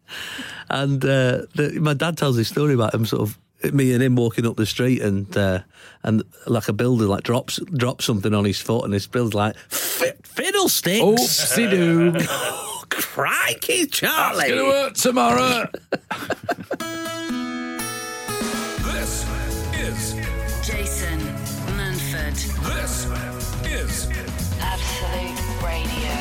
C: And uh, the, my dad tells this story about him sort of me and him walking up the street and uh, and like a builder like drops drops something on his foot and his builder's like "Fi- fiddlesticks.
D: Oopsie doo.
C: Oh, crikey, Charlie!
D: Gonna work tomorrow.
B: This is
A: Jason Manford,
B: this is
A: Absolute Radio.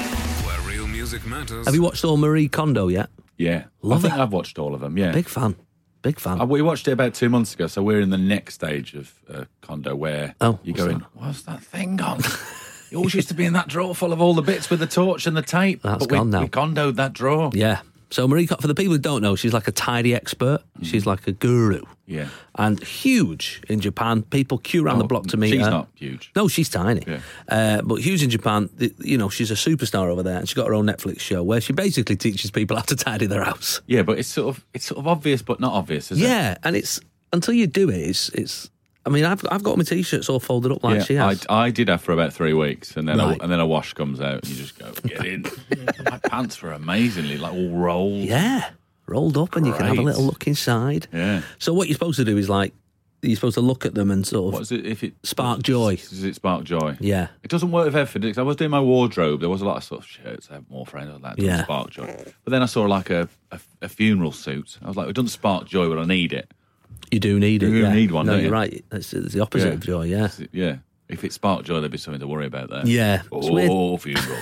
B: where real music matters.
C: Have you watched all Marie Kondo yet?
D: Yeah.
C: Love
D: I think
C: it.
D: I've watched all of them. Yeah.
C: Big fan, big fan.
D: Uh, we watched it about two months ago, so we're in the next stage of uh, Condo where
C: Oh,
D: you're
C: what's
D: going,
C: that?
D: what's that thing gone? it always used to be in that drawer full of all the bits with the torch and the tape.
C: That's
D: but we-
C: gone now.
D: We condoed that drawer.
C: yeah. So Marie, Ko- for the people who don't know, she's like a tidy expert. She's like a guru.
D: Mm. Yeah.
C: And huge in Japan. People queue around the
D: Oh,
C: block to uh, meet
D: she's
C: her.
D: not huge.
C: No, she's tiny.
D: Yeah.
C: Uh, but huge in Japan. th- You know, she's a superstar over there, and she's got her own Netflix show where she basically teaches people how to tidy their house.
D: Yeah, but it's sort of it's sort of obvious, but not obvious, is it?
C: Yeah, and it's until you do it, it's it's. I mean, I've I've got my t-shirts all folded up like she
D: I,
C: has.
D: I did that for about three weeks, and then
C: Right.
D: a, and then a wash comes out, and you just go get in. My pants were amazingly like all rolled.
C: Yeah, rolled up, and you can have a
D: Great.
C: little look inside.
D: Yeah.
C: So what you're supposed to do is like you're supposed to look at them and sort of
D: What is it? If it
C: spark joy.
D: does it spark joy?
C: Yeah,
D: It doesn't work with everything. 'cause I was doing my wardrobe. There was a lot of sort of shirts. I have more friends. I was like, it doesn't
C: Yeah.
D: spark joy. But then I saw like a, a, a funeral suit. I was like, it doesn't spark joy, but I need it.
C: you do need it.
D: You
C: yeah.
D: need one,
C: No,
D: don't
C: you're
D: you?
C: right. It's, it's the opposite
D: Yeah.
C: of joy. Yeah.
D: Is it- Yeah. If it sparked joy, there'd be something to worry about there.
C: Yeah. It's weird.
D: Oh, funeral.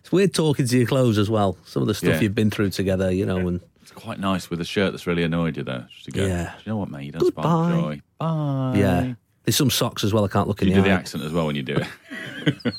C: It's weird talking to your clothes as well. Some of the stuff
D: Yeah.
C: you've been through together, you know, and
D: it's quite nice with a shirt that's really annoyed you there. Just to go,
C: Yeah.
D: Do you know what, mate? You don't spark
C: Goodbye.
D: joy. Bye.
C: yeah. There's some socks as well. I can't look in
D: You do the
C: eye.
D: accent as well when you do it.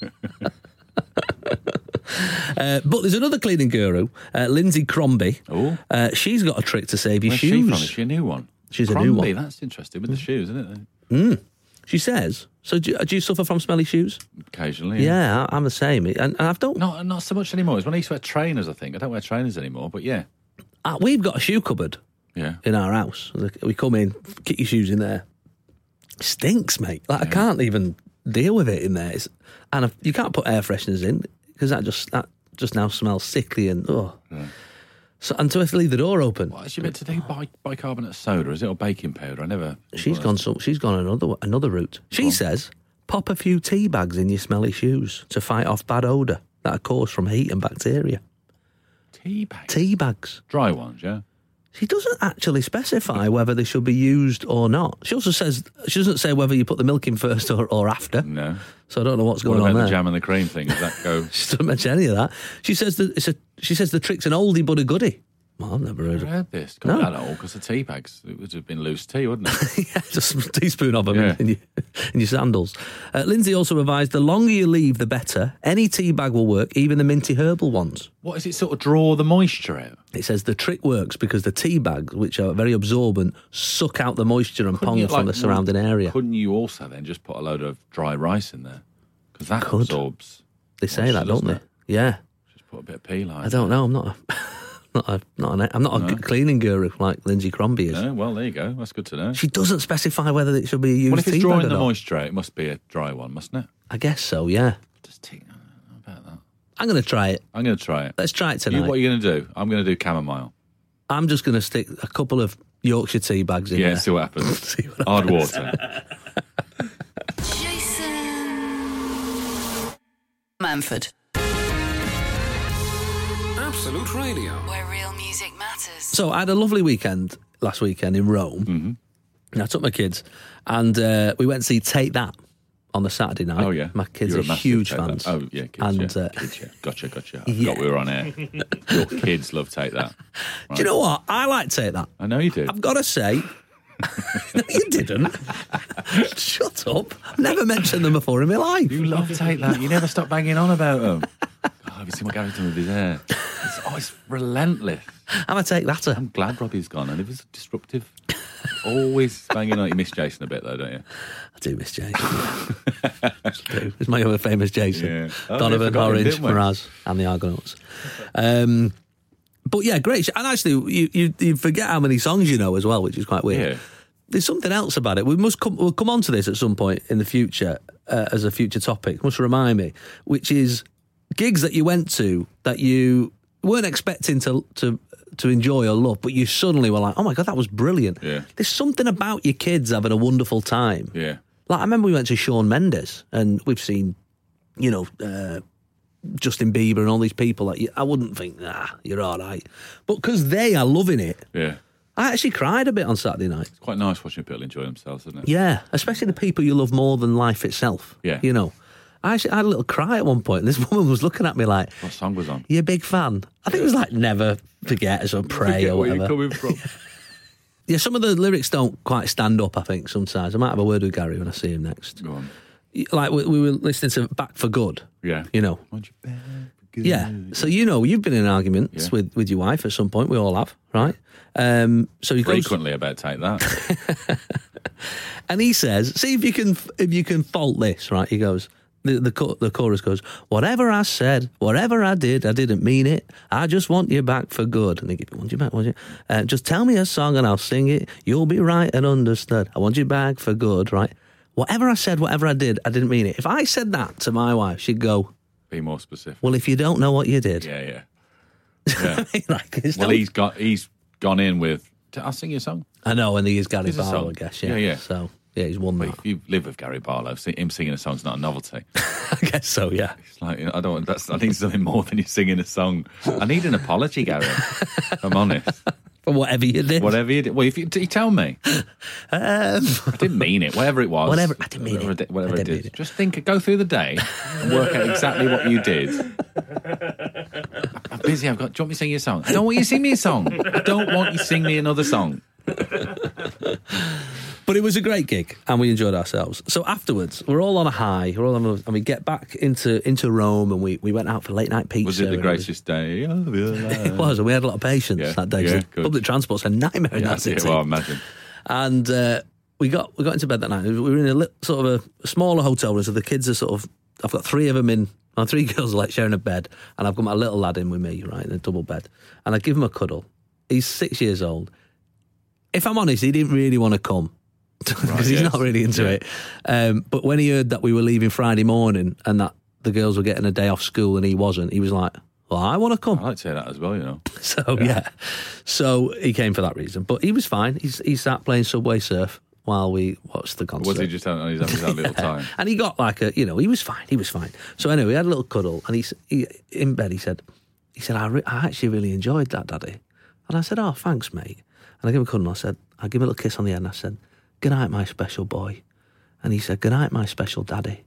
C: Uh, but there's another cleaning guru, uh, Lindsay Crombie.
D: Oh.
C: Uh, she's got a trick to save your
D: Where's she
C: shoes.
D: from? Is she a new one?
C: She's a new
D: Crombie,
C: one.
D: That's interesting with the shoes, isn't it?
C: She says. So do, do you suffer from smelly shoes?
D: Occasionally.
C: Yeah, I, I'm the same, and, and I've don't.
D: Not not so much anymore. It's when I used to wear trainers. I think I don't wear trainers anymore. But yeah,
C: uh, we've got a shoe cupboard
D: yeah.
C: in our house. We come in, kick your shoes in there. Stinks, mate. Like I can't even deal with it in there. It's, and I've, you can't put air fresheners in because that just that just now smells sickly and oh. So and so if you leave the door open,
D: What is she meant to do? Bi- bicarbonate soda, is it, or baking powder? I never.
C: she's gone. Some, she's gone another another route. She says, pop a few tea bags in your smelly shoes to fight off bad odor that are caused from heat and bacteria.
D: Tea bags.
C: Tea bags.
D: Dry ones, yeah.
C: She doesn't actually specify whether they should be used or not. She also says she doesn't say whether you put the milk in first or, or after.
D: No.
C: So I don't know what's
D: What
C: going
D: about
C: on
D: the
C: there.
D: jam and the cream thing? Does that go?
C: She doesn't mention any of that. She says that it's a. She says the trick's an oldie but a goodie. Well, I've never heard
D: I
C: of.
D: read this.
C: No.
D: Got that all because the tea bags. It would have been loose tea, wouldn't it?
C: yeah, just a teaspoon of them
D: Yeah.
C: in, your, in your sandals. Uh, Lindsay also advised the longer you leave, the better. Any tea bag will work, even the minty herbal ones.
D: what is it? Sort of draw the moisture out.
C: It says the trick works because the tea bags, which are very absorbent, suck out the moisture and
D: Couldn't
C: pong
D: you,
C: from the
D: like,
C: surrounding area.
D: Couldn't you also then just put a load of dry rice in there? Because that
C: Could.
D: absorbs.
C: They say
D: moisture,
C: that, don't
D: doesn't
C: they?
D: it?
C: Yeah.
D: Just put a bit of pea lime.
C: I don't know. I'm not. A, not a not an. I'm not a cleaning guru like Lindsay Crombie is.
D: No, well, there you go. That's good to know.
C: She doesn't specify whether it should be a used
D: Well, if it's
C: tea
D: drawing
C: bag or
D: the
C: not.
D: moisture out, it must be a dry one, mustn't it?
C: I guess so. Yeah,
D: Just take. I don't know about that.
C: I'm going to try it.
D: I'm going to try it.
C: Let's try it
D: You,
C: tonight.
D: what are you going to do? I'm going to do chamomile.
C: I'm just going to stick a couple of Yorkshire tea bags in
D: Yeah,
C: there.
D: see what happens.
C: See what
D: Hard water.
A: Jason Manford,
B: Absolute Radio.
A: where real music matters.
C: So I had a lovely weekend last weekend in Rome. Mm-hmm. And I took my kids and uh, we went to see Take That on the Saturday night.
D: Oh yeah,
C: my kids
D: You're a
C: are
D: massive
C: huge
D: Take That.
C: fans.
D: Oh yeah, kids,
C: and
D: yeah.
C: Uh,
D: kids, yeah. Gotcha, gotcha. I
C: Yeah.
D: forgot we were on air. Your kids love take that.
C: do you know what? I like Take That.
D: I know you do.
C: I've got to say. no, you didn't. Shut up. I've never mentioned them before in my life.
D: You love take that. You never stop banging on about them. Oh. God, have you seen what Gary's done with his hair? It's always relentless.
C: I'm a Take Thater.
D: I'm glad Robbie's gone, and it was disruptive. Always banging on. You miss Jason a bit though, don't you?
C: I do miss Jason. I do. It's my other famous Jason.
D: Yeah. Oh, we
C: Donovan,
D: forgot him,
C: Orange,
D: didn't we?
C: Mraz, and the Argonauts. Um, but yeah, great. sh- And actually, you, you you forget how many songs you know as well, which is quite weird.
D: Yeah.
C: There's something else about it. We must come. We'll come on to this at some point in the future uh, as a future topic. Must remind me, which is gigs that you went to that you weren't expecting to to to enjoy or love, but you suddenly were like, "Oh my god, that was brilliant!"
D: Yeah.
C: There's something about your kids having a wonderful time.
D: Yeah.
C: Like I remember we went to Sean Mendes, and we've seen, you know, uh, Justin Bieber and all these people. Like you- I wouldn't think, nah, you're all right, but because they are loving it,
D: Yeah.
C: I actually cried a bit on Saturday night.
D: It's quite nice watching people enjoy themselves, isn't it?
C: Yeah, especially the people you love more than life itself.
D: Yeah.
C: you know, I actually had a little cry at one point. And this woman was looking at me like,
D: What song was on?
C: "You a big fan?" I think it was like "Never Forget" or "Some "Pray"
D: Forget
C: or
D: where
C: whatever.
D: you're coming from.
C: yeah, some of the lyrics don't quite stand up. I think sometimes I might have a word with Gary when I see him next.
D: Go on.
C: Like we, we were listening to Back for Good.
D: Yeah.
C: you know,
D: Aren't you bad? Good.
C: Yeah. So you know, you've been in arguments
D: Yeah.
C: with, with your wife at some point. We all have, right? Um, so he goes
D: Frequently about take that.
C: and he says, "See if you can if you can fault this." Right? He goes. The, the cho- the chorus goes, "Whatever I said, whatever I did, I didn't mean it. I just want you back for good." And they give, "Want you back? Want you? Uh, just tell me a song and I'll sing it. You'll be right and understood. I want you back for good, right? Whatever I said, whatever I did, I didn't mean it. If I said that to my wife, she'd go,
D: Be more specific.
C: "Well, if you don't know what you did,
D: Yeah, yeah. yeah.
C: like, it's
D: well,
C: not-
D: he's got he's gone in with. I'll sing you a song.
C: I know, and he is Gary
D: He's a
C: Barlow,
D: song.
C: I guess. Yeah.
D: Yeah, yeah.
C: So yeah, he's won that.
D: If you live with Gary Barlow, see, him singing a song's not a novelty.
C: I guess so. Yeah.
D: It's like I don't. That's I need something more than you singing a song. I need an apology, Gary. if I'm honest.
C: For whatever you did, Um,
D: Whatever you did. Well, if you, you tell me, I didn't mean it. Whatever it was.
C: Whatever- I didn't mean
D: whatever
C: it.
D: di- Whatever
C: I
D: it
C: didn't
D: did.
C: mean it.
D: Just think. Go through the day and work out exactly what you did. I'm busy. I've got. Do you want me to sing you a song? I don't want you to sing me a song. I don't want you to sing me another song.
C: but it was a great gig, and we enjoyed ourselves. So afterwards, we're all on a high. We're all on, a, and we get back into into Rome, and we, we went out for late night pizza.
D: Was it the
C: and
D: greatest day of your life?
C: It was, and we had a lot of patience
D: Yeah.
C: that day. so
D: Yeah, good.
C: public transport's a nightmare in
D: Yeah,
C: that city.
D: well, I imagine.
C: and uh, we got we got into bed that night. We were in a lit, sort of a smaller hotel room, so the kids are sort of. I've got three of them in. My three girls are like sharing a bed, and I've got my little lad in with me, right, in a double bed, and I give him a cuddle. He's six years old. If I'm honest, he didn't really want to come because he's
D: yes.
C: not really into
D: Yeah.
C: it. Um, but when he heard that we were leaving Friday morning and that the girls were getting a day off school and he wasn't, he was like, "Well, I want to come."
D: I like to say that as well, you know.
C: So yeah. so he came for that reason, but he was fine. He's he sat playing Subway Surf while we watched the concert.
D: Was he just having his own, his own little time?
C: and he got like a you know he was fine. He was fine. So anyway, we had a little cuddle, and he, s- he in bed he said he said I, re- I actually really enjoyed that, Daddy. And I said, oh thanks, mate. And I gave him a cuddle. And I said I gave him a little kiss on the head, and I said, good night, my special boy. And he said, good night, my special daddy.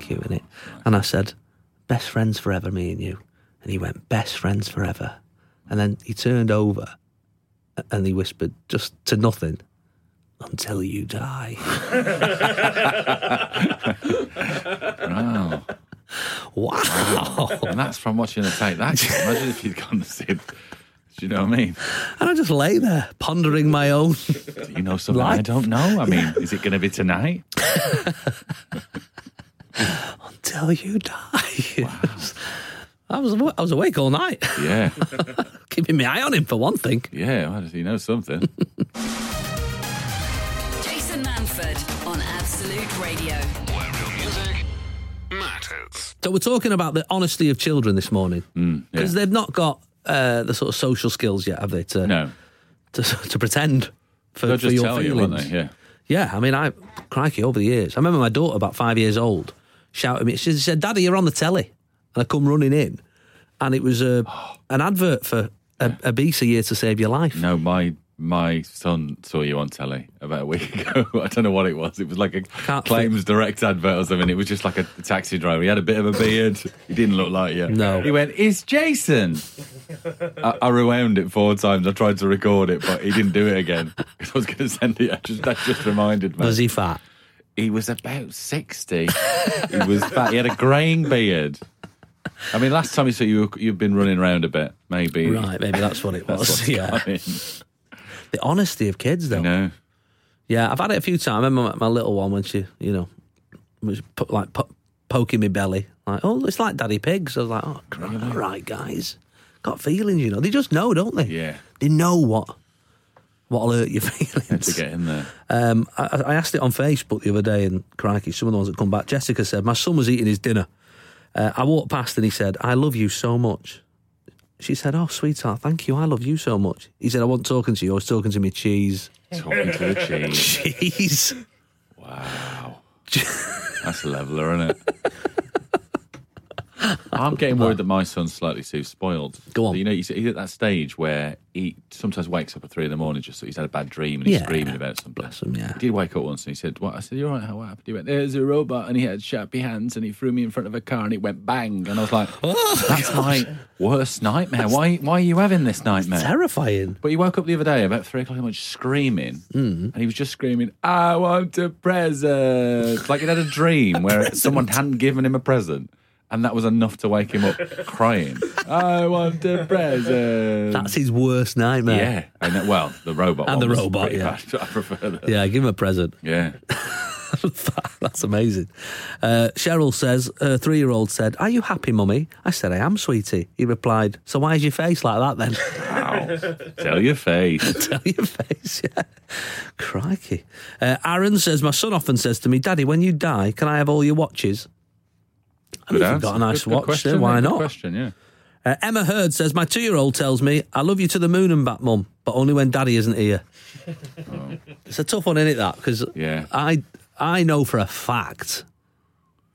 C: Cute in it. And I said, best friends forever, me and you. And he went, best friends forever. And then he turned over a- and he whispered just to nothing until you die.
D: Wow.
C: Wow.
D: And that's from watching her take that. Imagine if you'd gone to see it. Do you know what I mean?
C: And I just lay there pondering my own.
D: Do you know something I
C: Life.
D: don't know? I mean, is it going to be tonight?
C: Until you die. I was awa- I was awake all night.
D: Yeah.
C: keeping my eye on him for one thing.
D: Yeah, well, he knows something.
A: Jason Manford on Absolute Radio.
B: Where real music matters.
C: So we're talking about the honesty of children this morning
D: Mm, yeah.
C: because they've not got uh, the sort of social skills yet, have they? To
D: no,
C: to, to pretend for,
D: they'll
C: for
D: just
C: your
D: tell you,
C: feelings.
D: won't they? Yeah.
C: Yeah, I mean, I crikey over the years. I remember my daughter, about five years old, shouted at me. She said, "Daddy, you're on the telly," and I come running in, and it was a an advert for a, a beast a year to save your life.
D: No, my my son saw you on telly about a week ago. I don't know what it was. It was like a
C: can't
D: claims direct advert or something. It was just like a taxi driver. He had a bit of a beard. He didn't look like you.
C: No.
D: He went, "It's Jason." I, I rewound it four times. I tried to record it, but he didn't do it again. I was going to send it. I just that just reminded me.
C: Was he fat?
D: He was about 60. he was fat. He had a greying beard. I mean, last time you saw you, you've been running around a bit, maybe.
C: Right, maybe that's what it was.
D: That's what's
C: yeah,
D: coming.
C: the honesty of kids, though.
D: No.
C: Yeah, I've had it a few times. I remember my, my little one when she, you know, was po- like po- poking my belly, like, "Oh, it's like Daddy Pigs." I was like, "Oh, crap, all right, guys, got feelings, you know. They just know, don't they?
D: Yeah.
C: they know what what'll hurt your
D: To
C: feelings."
D: get in there.
C: Um, I, I asked it on Facebook the other day, and crikey, some of the ones that come back. Jessica said, "My son was eating his dinner. Uh, I walked past, and he said, "I love you so much." She said, "Oh, sweetheart, thank you. I love you so much." He said, "I wasn't talking to you. I was talking to me cheese."
D: Talking to the cheese.
C: Cheese.
D: Wow. That's a leveler, isn't it? I'm getting worried that my son's slightly too spoiled.
C: Go on.
D: You know, he's he's at that stage where he sometimes wakes up at three in the morning just so he's had a bad dream and he's
C: Yeah.
D: screaming about something.
C: Bless him, yeah.
D: He did wake up once and he said, What? I said, You're right, how what happened? He went, There's a robot and he had sharpie hands and he threw me in front of a car and it went bang. And I was like,
C: Oh,
D: That's my worst nightmare. Why, why are you having this nightmare?
C: Terrifying.
D: But he woke up the other day about three o'clock in the morning screaming,
C: Mm-hmm.
D: and he was just screaming, "I want a present!" Like he had a dream where someone hadn't given him a present, and that was enough to wake him up crying. I want a present.
C: That's his worst nightmare.
D: yeah, and that- well, the robot
C: And the
D: one was
C: robot,
D: pretty
C: yeah.
D: bad. I prefer that.
C: Yeah, give him a present.
D: Yeah,
C: That's amazing. Uh, Cheryl says, her three year old said, Are you happy, mummy? I said, I am, sweetie. He replied, So why is your face like that then?
D: tell your face.
C: Tell your face, yeah. Crikey. Uh, Aaron says, My son often says to me, Daddy, when you die, can I have all your watches? I mean, if you've got a nice
D: Good- good
C: watch,
D: question,
C: then
D: yeah,
C: why
D: good
C: not?
D: Question, yeah.
C: Uh, Emma Heard says, My two year old tells me, I love you to the moon and back, mum, but only when daddy isn't here. It's a tough one, isn't it, that? Because
D: Yeah.
C: I, I know for a fact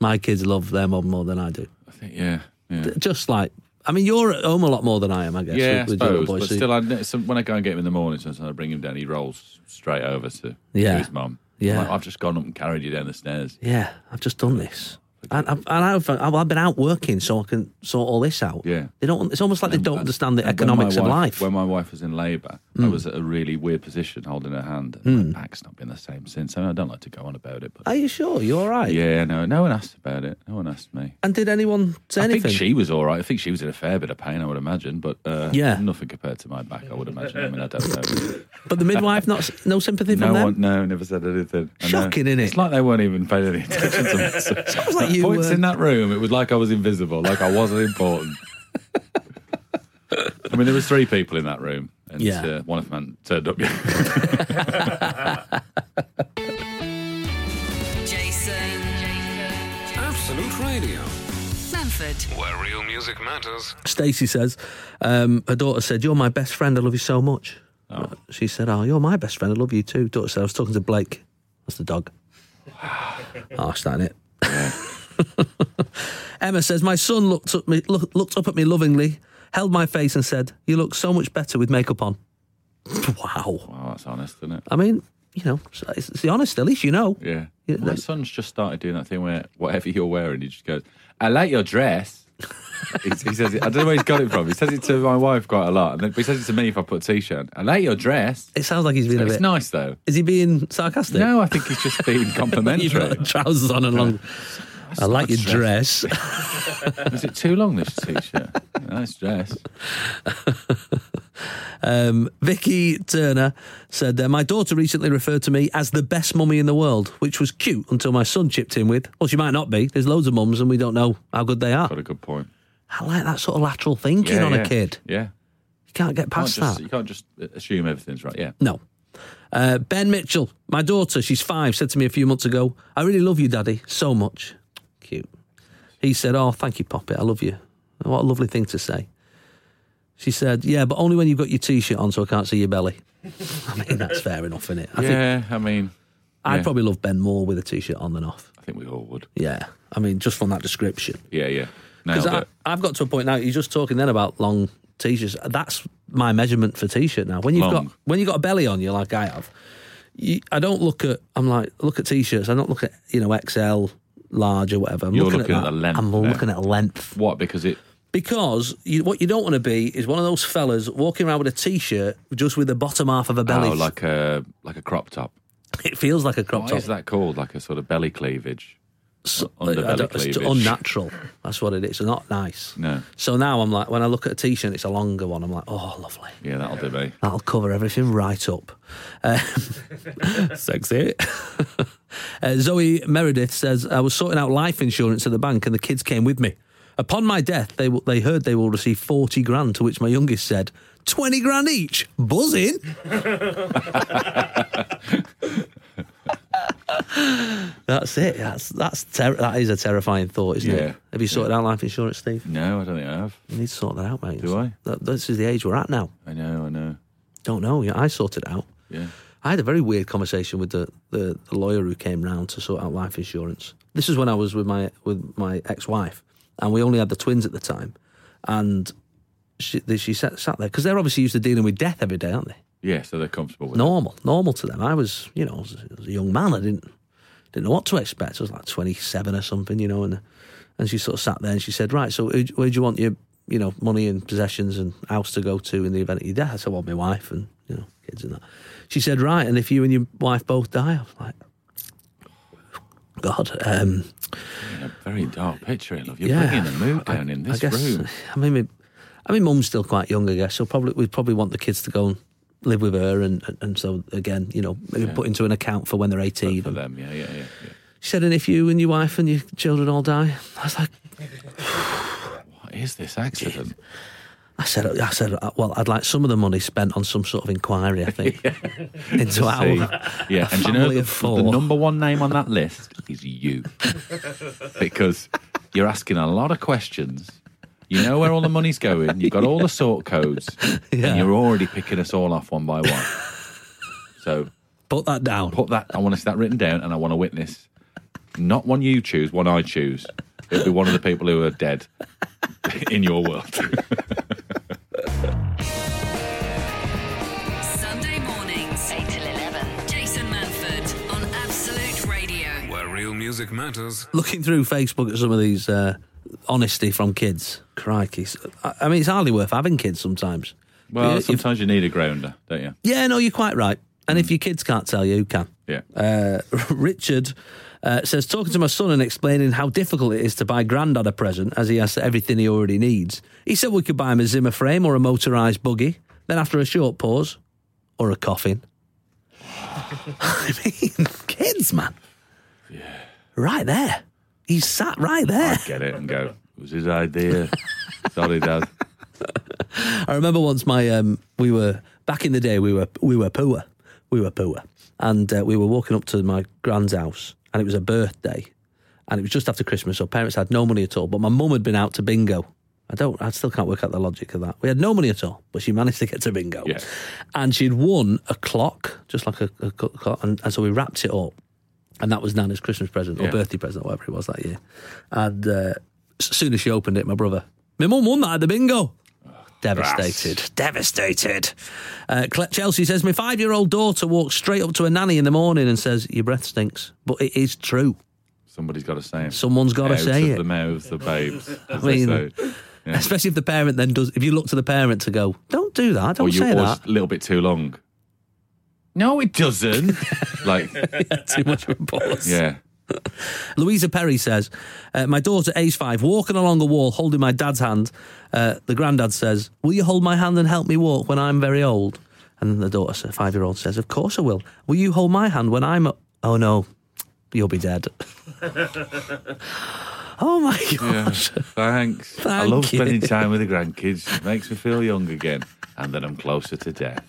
C: my kids love their mum more than I do.
D: I think yeah. Yeah,
C: Just like, I mean, you're at home a lot more than I am, I guess.
D: yeah I
C: with- with your
D: suppose.
C: boys,
D: But
C: so-
D: still, I, know- some, when I go and get him in the morning, sometimes I bring him down, he rolls straight over to, to
C: Yeah.
D: his mum.
C: Yeah.
D: Like, I've just gone up and carried you down the stairs.
C: yeah, I've just done this. And, I've, and I've, I've been out working so I can sort all this out.
D: Yeah.
C: they don't. It's almost like they don't understand the
D: And when my
C: economics of
D: wife-
C: life. Mm.
D: When my wife was in labour, I was at a really weird position holding her hand. And My back's not been the same since. I, mean, I don't like to go on about it, but
C: Are you sure you're all right?
D: yeah, no, no one asked about it. No one asked me.
C: And did anyone say
D: I
C: anything?
D: think she was all right. I think she was in a fair bit of pain, I would imagine, but uh,
C: Yeah.
D: nothing compared to my back, I would imagine. I mean, I don't know.
C: But the midwife, not no sympathy from
D: no
C: them.
D: one, no, never said anything. I know.
C: Shocking, innit?
D: It's like they weren't even paying any attention to me.
C: Sounds like you
D: points
C: were-
D: in that room, it was like I was invisible, like I wasn't important. I mean, there was three people in that room, and
C: Yeah.
D: uh, one of them turned up.
A: Jason. Jason.
B: Absolute Radio.
A: Manford.
B: Where real music matters.
C: Stacey says, um, her daughter said, You're my best friend. I love you so much. She said, Oh, you're my best friend. I love you too. Daughter said, I was talking to Blake. That's the dog. oh, that's not it. Emma says, My son looked up, me, look, looked up at me lovingly, held my face, and said, You look so much better with makeup on. wow.
D: Wow, that's honest, isn't it?
C: I mean, you know, it's, it's the honest, at least you know.
D: Yeah.
C: Yeah,
D: My
C: that-
D: son's just started doing that thing where whatever you're wearing, he just goes, I like your dress. he, he says, it, I don't know where he's got it from. He says it to my wife quite a lot. And then, but he says it to me if I put a t shirt on. I like your dress.
C: It sounds like he's being a
D: It's
C: bit.
D: nice, though.
C: Is he being sarcastic?
D: No, I think he's just being
C: You've got
D: complimentary.
C: trousers on and long. I like your dress.
D: Is it too long, this t shirt? nice dress.
C: Um, Vicky Turner said, uh, My daughter recently referred to me as the best mummy in the world, which was cute until my son chipped in with, Well, she might not be. There's loads of mums and we don't know how good they are.
D: Got a good point.
C: I like that sort of lateral thinking
D: Yeah,
C: on
D: yeah.
C: a kid.
D: Yeah.
C: You can't get
D: can't
C: past
D: just,
C: that.
D: you can't just uh, assume everything's right. Yeah.
C: No. Uh, ben Mitchell, my daughter, she's five, said to me a few months ago, I really love you, Daddy, so much. Cute. He said, Oh, thank you, Poppy. I love you. What a lovely thing to say. She said, Yeah, but only when you've got your t shirt on so I can't see your belly. I mean, that's fair enough, isn't it? I think
D: yeah. I mean,
C: I'd
D: yeah.
C: probably love Ben more with a t shirt on than off.
D: I think we all would.
C: Yeah. I mean, just from that description.
D: Yeah. Yeah. Nailed
C: Because
D: it.
C: I've got to a point now. You're just talking then about long t-shirts. That's my measurement for t-shirt now. When you've
D: Long.
C: got when you've got a belly on you like I have, you, I don't look at. I'm like look at t-shirts. I don't look at you know XL, large or whatever. I'm
D: You're
C: looking,
D: looking
C: at,
D: at
C: that.
D: the length
C: I'm
D: now.
C: looking at length
D: What? Because it.
C: because you, what you don't want to be is one of those fellas walking around with a t-shirt just with the bottom half of a belly.
D: Oh, like a like a crop top.
C: it feels like a crop
D: What
C: top.
D: is that called? Like a sort of belly cleavage.
C: So-
D: Underbelly
C: I don't- it's
D: cleavage.
C: unnatural. That's what it is. It's not nice.
D: No.
C: So now I'm like, when I look at a t-shirt, it's a longer one. I'm like, oh, lovely.
D: Yeah, that'll do me.
C: That'll cover everything right up. Um, sexy. uh, Zoe Meredith says, I was sorting out life insurance at the bank and the kids came with me. Upon my death, they, will, they heard they will receive 40 grand, to which my youngest said, 20 grand each. Buzzing. that's it. That's, that's ter- that is a terrifying thought, isn't
D: Yeah.
C: it? Have you sorted out life insurance, Steve?
D: No, I don't think I have.
C: You need to sort that out, mate.
D: Do I?
C: That, this is the age we're at now.
D: I know. I know.
C: Don't know. Yeah, I sorted it out.
D: Yeah.
C: I had a very weird conversation with the, the, the lawyer who came round to sort out life insurance. This is when I was with my with my ex wife, and we only had the twins at the time. And she they- she sat, sat there because they're obviously used to dealing with death every day, aren't they?
D: Yeah. So they're comfortable with. it.
C: Normal, normal to them. I was, you know, I was, I was a young man. I didn't didn't know what to expect. I was like twenty seven or something, you know. And and she sort of sat there and she said, "Right, so who, where do you want your you know money and possessions and house to go to in the event of your death?" I said, "Well, my wife and you know kids and that." She said, "Right, and if you and your wife both die," I was like. God, um,
D: A very dark picture, I love. You're
C: yeah.
D: bringing the mood down in this
C: I guess,
D: room.
C: I mean, my, I mean, mum's still quite young, I guess. So probably we'd probably want the kids to go and live with her, and and- and so again, you know, maybe put into an account for when they're eighteen.
D: For them, yeah, yeah, yeah. yeah.
C: She said, and if you and your wife and your children all die, I was like,
D: What is this accident?
C: I said, I said, well, I'd like some of the money spent on some sort of inquiry, I think, into our.
D: See? yeah, and do you know
C: family
D: the,
C: of four.
D: the number one name on that list is you, because you're asking a lot of questions. You know where all the money's going. You've got all the sort codes,
C: Yeah.
D: and you're already picking us all off one by one. So
C: Put that down.
D: put that. I want to see that written down, and I want to witness. Not one you choose, one I choose. It'll be one of the people who are dead in your world.
A: Sunday mornings, 8 till 11. Jason Manford on Absolute Radio.
B: Where real music matters.
C: Looking through Facebook at some of these uh, honesty from kids, crikey! I, I mean, it's hardly worth having kids sometimes.
D: Well,
C: You- if-
D: sometimes you need a grounder, don't you?
C: Yeah, no, you're quite right. And if your kids can't tell you, who can?
D: Yeah.
C: Uh, Richard uh, says, talking to my son and explaining how difficult it is to buy Grandad a present as he has everything he already needs. He said we could buy him a Zimmer frame or a motorised buggy. Then, after a short pause, or a coffin. I mean, kids, man. Yeah. Right there. He's sat right there.
D: get it and go, it was his idea. Sorry, Dad.
C: I remember once my um, we were back in the day we were we were poor, we were poor, and uh, we were walking up to my grand's house, and it was a birthday, and it was just after Christmas, so parents had no money at all. But my mum had been out to bingo. I don't, I still can't work out the logic of that. We had no money at all, but she managed to get to bingo,
D: Yeah.
C: and she'd won a clock, just like a, a cl- clock, and, and so we wrapped it up. And that was Nana's Christmas present or
D: Yeah.
C: birthday present, whatever it was that year. And uh, as soon as she opened it, my brother, my mum won that at the bingo. Devastated. Devastated. Uh, Cle- Chelsea says, My five year old daughter walks straight up to a nanny in the morning and says, Your breath stinks. But it is true.
D: Somebody's got to say it.
C: Someone's got to
D: Out
C: say
D: of
C: it.
D: the mouths of babes. I
C: mean,
D: yeah.
C: Especially if the parent then does, if you look to the parent to go, Don't do that. Don't
D: or you
C: say
D: or
C: that.
D: it's a little bit too long. No, it doesn't. like,
C: Too much of a pause.
D: yeah.
C: Louisa Perry says, uh, My daughter, age five, walking along a wall holding my dad's hand. Uh, the granddad says, Will you hold my hand and help me walk when I'm very old? And then the daughter, five year old, says, Of course I will. Will you hold my hand when I'm. o- Oh no, you'll be dead. Oh my
D: Yeah.
C: gosh.
D: Thanks. I
C: Thank
D: love
C: you.
D: spending time with the grandkids. It makes me feel young again. And then I'm closer to death.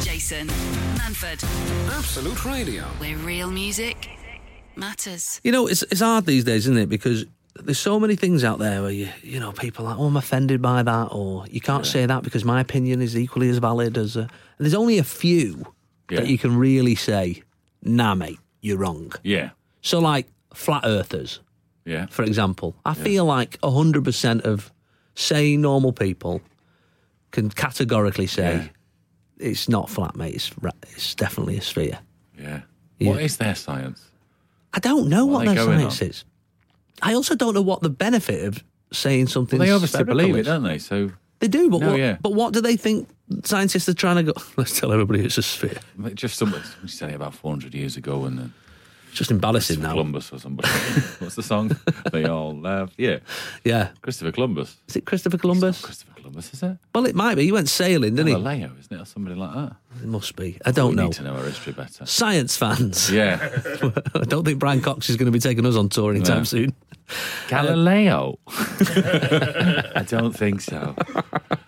A: Jason Manford,
B: Absolute Radio.
A: where real music matters.
C: You know, it's it's hard these days, isn't it? Because there's so many things out there where you you know people are like, oh, I'm offended by that, or you can't say that because my opinion is equally as valid as. A... And there's only a few that
D: Yeah.
C: you can really say, nah, mate, you're wrong.
D: Yeah.
C: So like flat earthers,
D: Yeah.
C: for example, I feel like hundred percent of sane normal people can categorically say
D: Yeah.
C: it's not flat, mate. It's ra- it's definitely a sphere.
D: Yeah.
C: Yeah.
D: What is their science?
C: I don't know what,
D: What are they
C: their
D: going
C: science
D: on?
C: is. I also don't know what the benefit of saying something.
D: Well, they obviously
C: spherical
D: believe it,
C: is.
D: don't they? So
C: They do, but
D: No,
C: what,
D: yeah.
C: but what do they think scientists are trying to go? Let's tell everybody it's a sphere.
D: just somebody somebody said it about 400 years ago, and then
C: It's just embarrassing now.
D: Columbus or somebody. What's the song? they all laughed. Yeah,
C: Yeah,
D: Christopher Columbus.
C: is it Christopher Columbus?
D: Christopher Columbus, is it?
C: well, it might be. He went sailing, didn't he?
D: Galileo, isn't it, or somebody like that?
C: It must be. I don't
D: we
C: know.
D: need to know our history better.
C: Science fans.
D: Yeah,
C: I don't think Brian Cox is going to be taking us on tour anytime
D: No.
C: soon.
D: Galileo. I don't think so.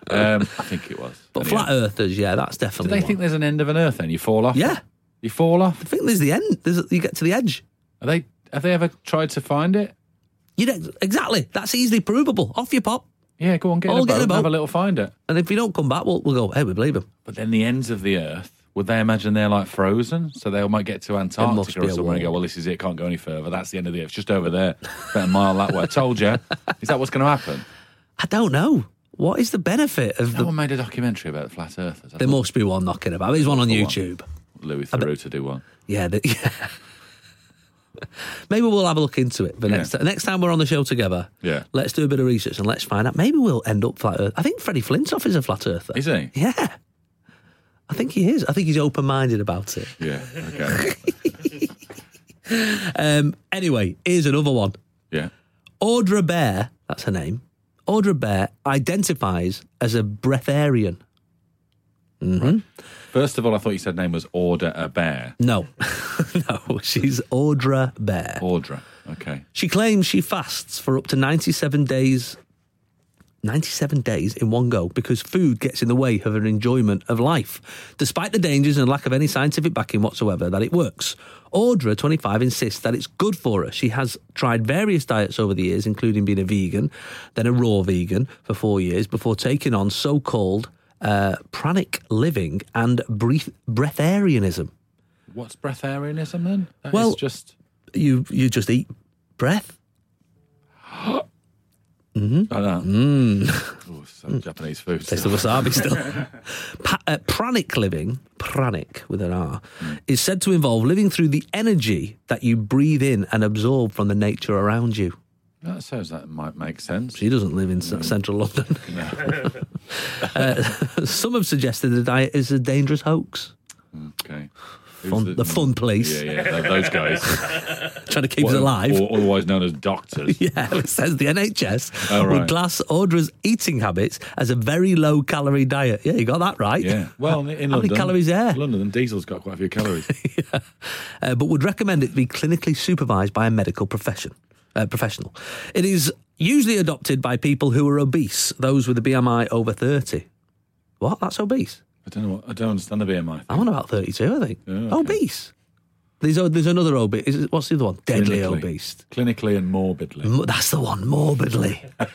D: Um, I think it was.
C: But
D: Anyway.
C: flat earthers, yeah, that's
D: Do
C: definitely.
D: they
C: one.
D: think there's an end of an Earth? Then you fall off.
C: Yeah.
D: you fall off.
C: I think there's the end. There's, you get to the edge.
D: Are they? Have they ever tried to find it?
C: You don't, exactly. That's easily provable. Off you pop.
D: Yeah, go on, get in
C: All
D: a
C: Oh, get
D: boat,
C: in a
D: and have
C: boat.
D: a little find it.
C: And if you don't come back, we'll, we'll go, hey, we believe him.
D: But then the ends of the Earth, would they imagine they're like frozen? So they might get to
C: must
D: Antarctica
C: be
D: or
C: a
D: somewhere and
C: wall.
D: go, well, this is it, can't go any further. That's the end of the Earth, It's just over there, about a mile that way. I told you. Is that what's going to happen?
C: I don't know. What is the benefit of
D: No
C: the.
D: one made a documentary about the flat Earthers. I
C: There must be one knocking about. There's one on
D: one.
C: YouTube.
D: thought Louis Theroux to do one.
C: Yeah, the, yeah. Maybe we'll have a look into it. But next,
D: Yeah.
C: next time we're on the show together,
D: Yeah.
C: let's do a bit of research and let's find out. Maybe we'll end up flat earth. I think Freddie Flintoff is a flat earther.
D: Is he?
C: Yeah. I think he is. I think he's open minded about it.
D: Yeah. Okay.
C: Um, anyway, here's another one.
D: Yeah.
C: Audra Bear, that's her name. Audra Bear identifies as a breatharian.
D: First of all, I thought you said name was Order a Bear.
C: No, no, she's Audra Bear.
D: Audra. Okay.
C: She claims she fasts for up to 97 days. 97 days in one go because food gets in the way of her enjoyment of life. Despite the dangers and lack of any scientific backing whatsoever that it works, Audra 25 insists that it's good for her. She has tried various diets over the years, including being a vegan, then a raw vegan for four years before taking on so called uh, pranic living and breath- breatharianism.
D: What's breatharianism then? That is
C: Well-
D: just.
C: You, you just eat breath.
D: Like that. Oh, some Japanese food.
C: hmm? Taste the wasabi still. pa- uh, pranic living, pranic with an R, is said to involve living through the energy that you breathe in and absorb from the nature around you.
D: That sounds that might make sense.
C: She doesn't live in s- central London. Uh, some have suggested the diet is a dangerous hoax.
D: Okay.
C: Fun-
D: Who's Mm.
C: the fun police.
D: Yeah, yeah, th- those guys.
C: Trying to keep
D: What-
C: us alive.
D: Or otherwise known as doctors.
C: yeah, it says the NHS
D: Oh,
C: would
D: right.
C: class Audra's eating habits as a very low calorie diet. Yeah, you got that right.
D: Yeah. Well, in London.
C: How many calories there?
D: London, and diesel's got quite a few calories.
C: uh, but would recommend it be clinically supervised by a medical profession uh, professional. It is usually adopted by people who are obese, those with a BMI over thirty. What? That's obese.
D: I don't know what, I don't understand the BMI.
C: I'm on about thirty-two, I think.
D: Oh, okay.
C: Obese. There's a, there's another obese. Is it- What's the other one? Deadly obese.
D: Clinically and morbidly.
C: M- That's the one. Morbidly. I,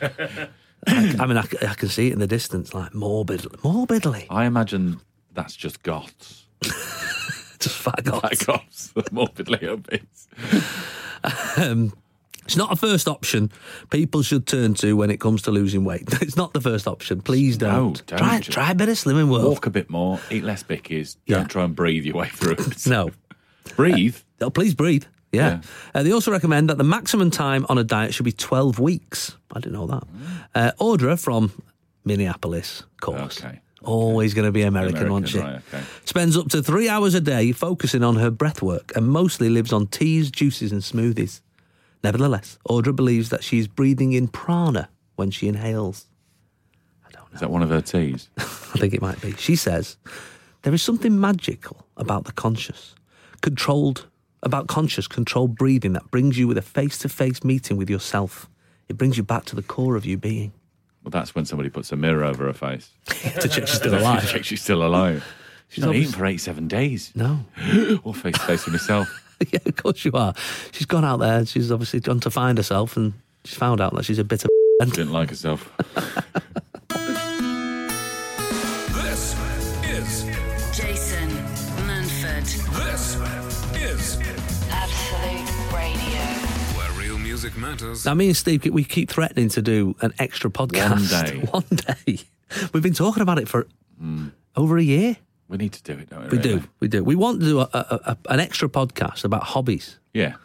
C: I mean, I, c- I can see it in the distance, like morbidly. Morbidly.
D: I imagine that's just goths.
C: Just fat gods.
D: Like goths, the morbidly obese.
C: It's not a first option people should turn to when it comes to losing weight. It's not the first option. Please don't.
D: don't
C: try,
D: just-
C: try a bit of slimming world.
D: Walk a bit more, eat less bickies,
C: Yeah.
D: don't try and breathe your way through it.
C: No.
D: Breathe.
C: Oh, please breathe. Yeah.
D: Yeah.
C: Uh, they also recommend that the maximum time on a diet should be 12 weeks. I didn't know that.
D: Mm.
C: Uh, Audra from Minneapolis, of course.
D: Okay.
C: Always going to be American,
D: American,
C: won't she?
D: right, okay.
C: Spends up to three hours a day focusing on her breath work and mostly lives on teas, juices, and smoothies. Nevertheless, Audra believes that she's breathing in prana when she inhales. I don't know.
D: Is that one of her teas?
C: I think it might be. She says, There is something magical about the conscious, controlled about conscious, controlled breathing that brings you with a face to face meeting with yourself. It brings you back to the core of you being.
D: Well, that's when somebody puts a mirror over her face.
C: to check she's still
D: To
C: alive.
D: check she's still alive. She's not
C: obvious-
D: eaten for 87 days.
C: No.
D: Or face to face with myself.
C: yeah, of course you are. She's gone out there. She's obviously gone to find herself, and she's found out that she's a bitter. And
D: Didn't like herself.
B: This is
A: Jason Manford,
B: this is
A: Absolute Radio.
B: where real music matters.
C: now, me and Steve, we keep threatening to do an extra podcast
D: One
C: One day. We've been talking about it for over a year.
D: We need to do it, don't
C: We
D: we? really?
C: do, we do. We want to do a, a, a, an extra podcast about hobbies
D: Yeah.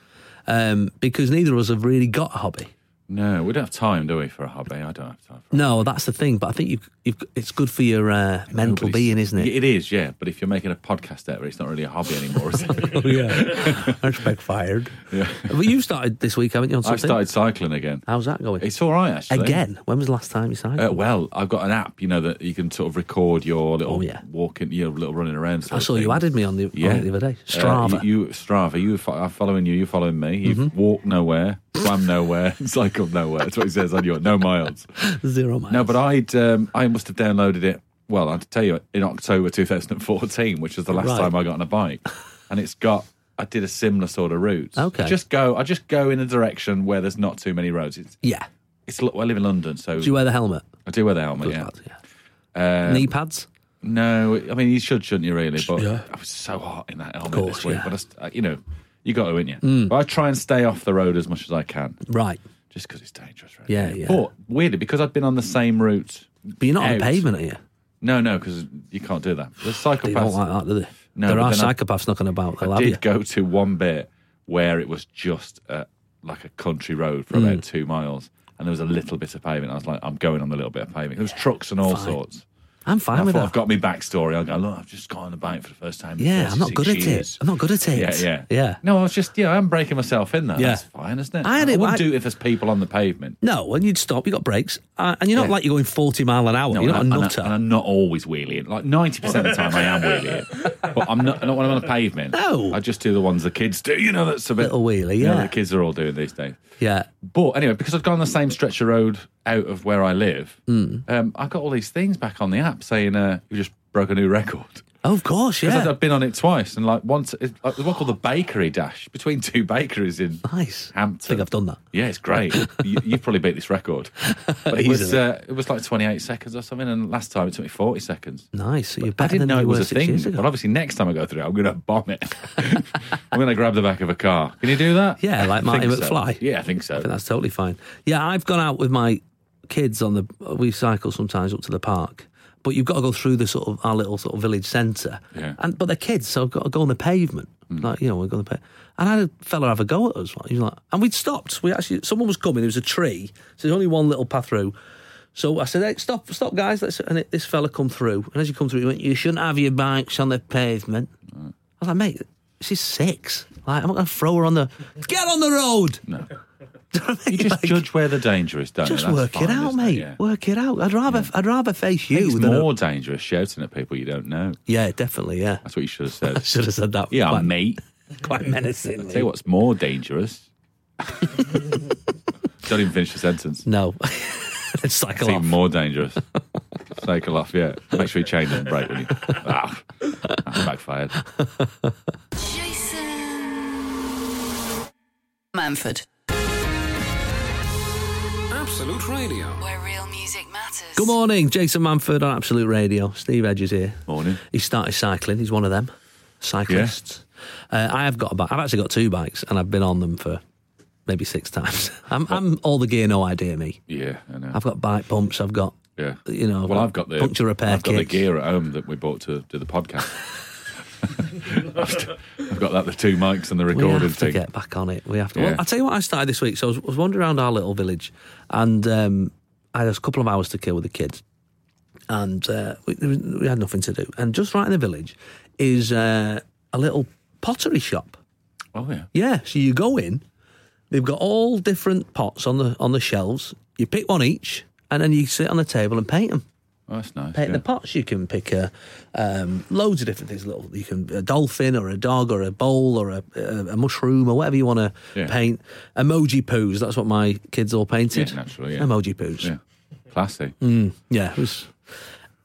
C: um, because neither of us have really got a hobby.
D: No, we don't have time, do we, for a hobby? I don't have time for a
C: No, that's the thing. But I think you've, you've, it's good for your uh, mental
D: Nobody's-
C: being, isn't it?
D: It is, yeah. But if you're making a podcast out of it, it's not really a hobby anymore, is it?
C: yeah, I respect fired.
D: Yeah.
C: But you started this week, haven't you? On
D: I
C: something?
D: started cycling again.
C: How's that going?
D: It's all right, actually.
C: Again, when was the last time you cycled?
D: Uh, well, I've got an app, you know, that you can sort of record your little
C: Oh, yeah.
D: walking, your little running around. sort
C: I
D: of
C: saw you
D: thing.
C: added me on the, on
D: Yeah,
C: it the other day.
D: Uh,
C: Strava. Mm-hmm.
D: you, you Strava. You, fo- I'm following you. You following me. You've walked nowhere, swam nowhere, cycled nowhere. That's what it says on your no miles.
C: Zero miles.
D: No, but I'd um, I must have downloaded it. Well, I'd tell you in October 2014, which was the last
C: Right.
D: time I got on a bike, and it's got. I did a similar sort of route.
C: Okay.
D: just go. I just go in a direction where there's not too many roads. It's
C: yeah.
D: it's. lo- I live in London, so
C: Do you wear the helmet?
D: I do wear the helmet.
C: Good
D: Yeah. Um, Uh,
C: lad, yeah. Knee pads?
D: No, I mean you should, shouldn't you? Really, but
C: Yeah.
D: I was so hot in that helmet
C: course,
D: this week.
C: yeah. Mm.
D: But I, st- I- you know, you got to, ain't you? But I try and stay off the road as much as I can,
C: Right.
D: just because it's dangerous. Right?
C: Yeah, yeah.
D: But weirdly, because I've been on the same route.
C: But you're not on
D: out-
C: the pavement, are you?
D: No, no, because you can't do that. The
C: They don't
D: psychopaths.
C: like that, do they?
D: No,
C: there
D: but
C: are
D: then I-
C: psychopaths knocking about. They'll
D: I
C: have
D: did
C: you.
D: go to one bit where it was just a, like a country road for
C: Mm.
D: about two miles, and there was a little bit of pavement. I was like, I'm going on the little bit of pavement. There was trucks and all
C: Fine.
D: sorts.
C: I'm fine
D: I
C: with
D: thought
C: that.
D: I've got my backstory. I go, look, I've just got on the bike for the first time. in
C: yeah, I'm not
D: 36
C: good at
D: years."
C: it. I'm not good at
D: Yeah,
C: it.
D: yeah,
C: Yeah.
D: No, I was just yeah, I'm breaking myself in there.
C: Yeah.
D: That's fine, isn't it?
C: I
D: I,
C: had it-
D: wouldn't
C: I-
D: do it if there's people on the pavement.
C: No, when you'd stop, you got brakes. Uh, and you're not
D: Yeah.
C: like you're going 40 mile an hour.
D: No,
C: you're not
D: and, I-
C: a
D: and
C: nutter.
D: I, am not always wheeling. Like ninety percent of the time, I am wheeling. But I'm not not when I'm on the pavement.
C: No.
D: I just do the ones the kids do. You know, that's a bit
C: Little wheelie,
D: you know,
C: yeah.
D: the kids are all doing these days.
C: yeah.
D: But anyway, because I'd gone the same stretch of road out of where I live,
C: Hmm.
D: um, I got all these things back on the app saying uh, you just broke a new record.
C: Oh, Of course,
D: Because
C: yeah.
D: I've been on it twice, and like once, it, like, there's one called the Bakery Dash between two bakeries in
C: Nice.
D: Hampton.
C: I think I've done that.
D: Yeah, it's great. you, you've probably beat this record, but it was
C: Easily.
D: uh, it was like 28 seconds or something, and last time it took me 40 seconds.
C: Nice. So You're
D: I
C: better than
D: didn't know
C: you
D: it
C: were
D: was a
C: six
D: thing,
C: years
D: but
C: ago.
D: obviously next time I go through it, I'm going to bomb it. I'm going to grab the back of a car. Can you do that?
C: Yeah, like
D: I
C: Marty
D: think so.
C: McFly.
D: Yeah, I think
C: I
D: so.
C: think that's totally fine. Yeah, I've gone out with my kids on the. We cycle sometimes up to the park, but you've got to go through the sort of our little sort of village centre.
D: Yeah.
C: And but they're kids, so I've got to go on the pavement. Like you know, we're going to. And I had a fella have a go at us. He was like, and we'd stopped. We actually someone was coming. There was a tree, so there's only one little path through. So I said, hey, stop, stop, guys. Let's, and it, this fella come through. And as you come through, he went, you shouldn't have your bikes on the pavement. I was like, mate, she's six. Like, I'm not going to throw her on the, get on the road. No. Do you know what I mean?
D: you just
C: Like,
D: judge where the danger is, don't you?
C: just
D: That's
C: work it
D: fine,
C: out,
D: isn't
C: mate.
D: Yeah.
C: Work it out. I'd rather, I'd rather face you
D: It's
C: than a-
D: more dangerous shouting at people you don't know.
C: yeah, definitely, yeah.
D: That's what you should have
C: I
D: said.
C: should have said that.
D: yeah,
C: quite,
D: mate.
C: quite menacingly.
D: Tell you what's more dangerous. don't even finish the sentence.
C: No, it's
D: It's
C: cycle off.
D: even more dangerous. Cycle off, yeah. Make sure you change and brake when you. Ah, that's backfired.
A: Jason Manford,
B: Absolute Radio.
A: where real music matters.
C: Good morning, Jason Manford on Absolute Radio. Steve Edge is here.
D: Morning.
C: He started cycling. He's one of them cyclists. Uh, I have got a bike. I've actually got two bikes, and I've been on them for maybe six times. I'm, I'm all the gear, no idea me.
D: Yeah, I know.
C: I've got bike pumps. I've got
D: yeah.
C: you know.
D: well, I've got the
C: puncture repair
D: I've got the
C: kits.
D: gear at home that we bought to do the podcast. I've st- I've got that the two mics and the
C: We
D: recording
C: have to
D: thing.
C: get back on it. We have to.
D: Yeah.
C: Well, I'll tell you what I started this week. So I was, was wandering around our little village, and um, I had a couple of hours to kill with the kids, and uh, we, there was- we had nothing to do. And just right in the village is uh, a little pottery shop.
D: Oh yeah.
C: Yeah, so you go in, they've got all different pots on the on the shelves. You pick one each, and then you sit on the table and paint them.
D: Oh, that's nice.
C: painting
D: yeah.
C: Uh, the pots. You can pick a um, loads of different things. Little, you can a dolphin or a dog or a bowl or a, a, a mushroom or whatever you want to
D: Yeah.
C: paint. Emoji poos. That's what my kids all painted.
D: Yeah, naturally, yeah.
C: Emoji poos.
D: Yeah. Classy.
C: Mm, Yeah, it was.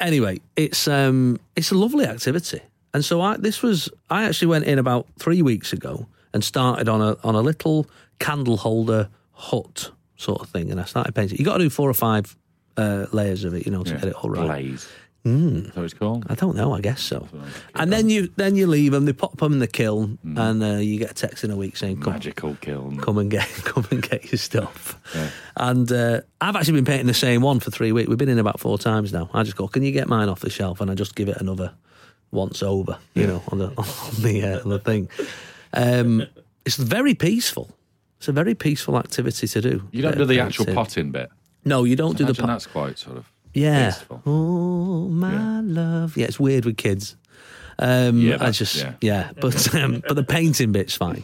C: Anyway, it's um, it's a lovely activity, and so I this was I actually went in about three weeks ago and started on a on a little candle holder hut sort of thing, and I started painting. You got to do four or five uh, layers of it, you know, to
D: Yeah.
C: get it all right.
D: Blaze. Mm. That's what it's called.
C: I don't know. I guess so.
D: what Mm. I'm
C: And then you then you leave them. They pop them in the kiln, and uh, you get a text in a week saying, "Come,
D: Magical kiln.
C: come and get come and get your stuff. And uh, I've actually been painting the same one for three weeks. We've been in about four times now. I just go, can you get mine off the shelf? And I just give it another once over, you know, on the on the, uh, on the thing. Um, it's very peaceful. It's a very peaceful activity to do.
D: You don't
C: Bit
D: do
C: of
D: the actual
C: painting.
D: potting bit.
C: No, you don't do the
D: Imagine
C: pot.
D: that's quite sort of
C: Yeah.
D: peaceful.
C: Oh my
D: Yeah.
C: love. Yeah, it's weird with kids. Um,
D: Yeah,
C: I
D: that's-
C: just yeah,
D: yeah.
C: but um, but the painting bit's fine,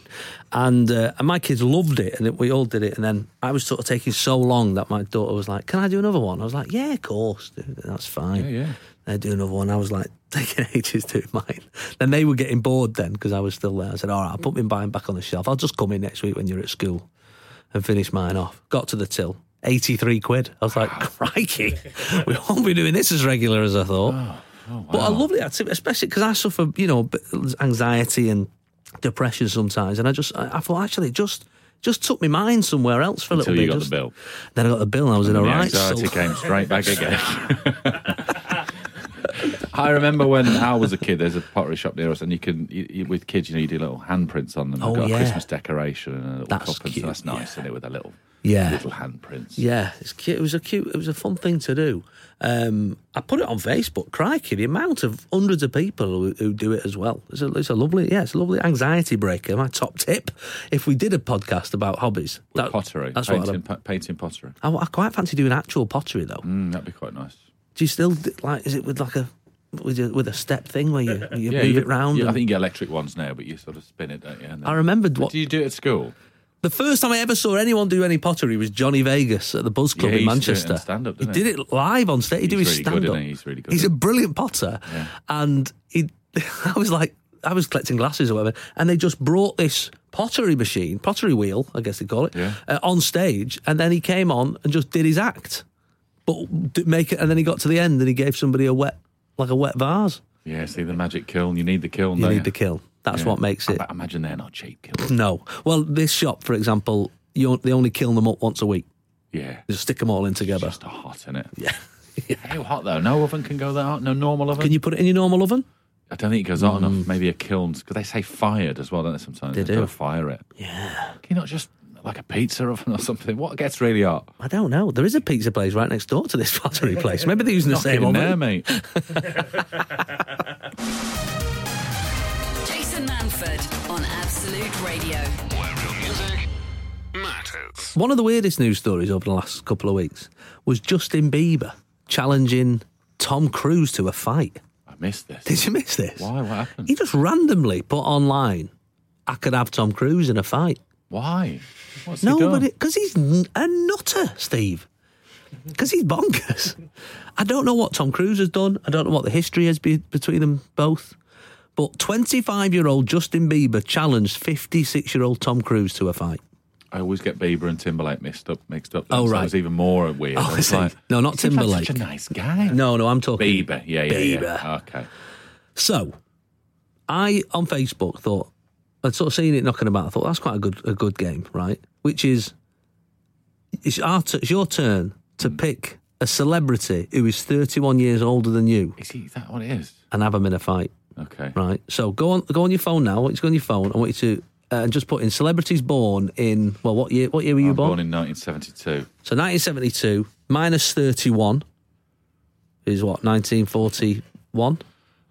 C: and uh, and my kids loved it, and it, we all did it, and then I was sort of taking so long that my daughter was like, "Can I do another one?" I was like, "Yeah, of course, dude, that's fine."
D: Yeah, yeah.
C: I do another one. I was like taking ages to do mine. Then they were getting bored then because I was still there. I said, "All right, I'll put mine back on the shelf. I'll just come in next week when you're at school." and finish mine off. Got to the till. 83 quid. I was like, crikey, we won't be doing this as regular as I thought.
D: Oh,
C: But I lovely activity, especially because I suffer, you know, b- anxiety and depression sometimes. And I just, I, I thought, actually, it just, just took my mind somewhere else for a little
D: Until you
C: bit.
D: got the
C: just-
D: bill.
C: Then I got the bill and I was in a
D: The
C: right
D: anxiety
C: soul.
D: came straight back again. I remember when I was a kid. There's a pottery shop near us, and you can you, you, with kids, you know, you do little handprints on them.
C: Oh,
D: You've got
C: yeah.
D: a Christmas decoration and a little
C: That's
D: cup, and
C: cute,
D: so that's nice, isn't it? With a little
C: Yeah.
D: little handprints.
C: Yeah, it's cute. It was a cute. It was a fun thing to do. Um, I put it on Facebook. Crikey, the amount of hundreds of people who, who do it as well. It's a, it's a lovely. Yeah, it's a lovely anxiety breaker. My top tip, if we did a podcast about hobbies,
D: With pottery,
C: That's what
D: painting,
C: I'd,
D: pa- painting pottery.
C: I, I quite fancy doing actual pottery though.
D: Mm, that'd be quite nice.
C: Do you still d- like? Is it with like a with a, with a step thing where you you
D: Yeah,
C: move
D: you-
C: it round?
D: yeah, I
C: and-
D: think you get electric ones now, but you sort of spin it, don't you? And then-
C: I remembered
D: But
C: what
D: Do you do it at school?
C: the first time I ever saw anyone do any pottery was Johnny Vegas at the Buzz Club
D: Yeah,
C: in
D: he used to do it in
C: Manchester.
D: stand-up,
C: he
D: didn't
C: did it live on stage. He did his
D: He's really
C: stand
D: good,
C: up.
D: isn't he? He's really good,
C: He's a
D: isn't
C: brilliant potter, and he. I was like, I was collecting glasses or whatever, and they just brought this pottery machine, pottery wheel, I guess they call it,
D: Yeah.
C: uh, on stage, and then he came on and just did his act, but d- make it, and then he got to the end and he gave somebody a wet, like a wet vase.
D: Yeah, see the magic kiln. You need the kiln.
C: You
D: don't
C: need the kiln. That's
D: Oh, Yeah.
C: what makes
D: I
C: it.
D: bet- imagine they're not cheap kilns.
C: No, well, this shop, for example, you, they only kiln them up once a week.
D: Yeah,
C: They just stick them all in together.
D: just hot in it. Yeah. How hot though? No oven can go that hot. No normal oven.
C: Can you put it in your normal oven?
D: I don't think it goes hot enough. Maybe a kiln because they say fired as well, don't they? Sometimes
C: They
D: They've
C: do.
D: got to fire it. Yeah. Can you not just like a pizza oven or something? What gets really hot?
C: I don't know. There is a pizza place right next door to this pottery place. Maybe they're using the
D: Knock it
C: same
D: in
C: oven.
D: there, mate.
A: Jason Manford on Absolute Radio.
B: Where real music matters.
C: One of the weirdest news stories over the last couple of weeks was Justin Bieber challenging Tom Cruise to a fight.
D: I missed this.
C: Did you miss this?
D: Why? What happened?
C: He just randomly put online, I could have Tom Cruise in a fight.
D: Why? What's he
C: No,
D: done?
C: but because he's n- a nutter, Steve. Because he's bonkers. I don't know what Tom Cruise has done. I don't know what the history is be- between them both. But 25 year old Justin Bieber challenged 56 year old Tom Cruise to a fight.
D: I always get Bieber and Timberlake mixed up. Mixed up.
C: Oh,
D: so
C: right.
D: It's even more weird.
C: Oh,
D: I
C: is
D: was
C: it?
D: like,
C: No, not
D: he seems like
C: Timberlake.
D: such a nice guy.
C: No, no, I'm talking.
D: Bieber. Yeah, yeah, yeah.
C: Bieber.
D: Okay.
C: So, I on Facebook thought I'd sort of seen it knocking about. I thought that's quite a good a good game, right? Which is it's, our t- it's your turn
D: Hmm.
C: to pick a celebrity who is 31 years older than you
D: Is he? Is that what it is?
C: and have them in a fight,
D: Okay.
C: right? So go on go on your phone now. I want you to go on your phone. I want you to uh, and just put in celebrities born in well what year what year were you
D: I'm
C: born?
D: born in 1972.
C: so 1972 minus 31 is what 1941.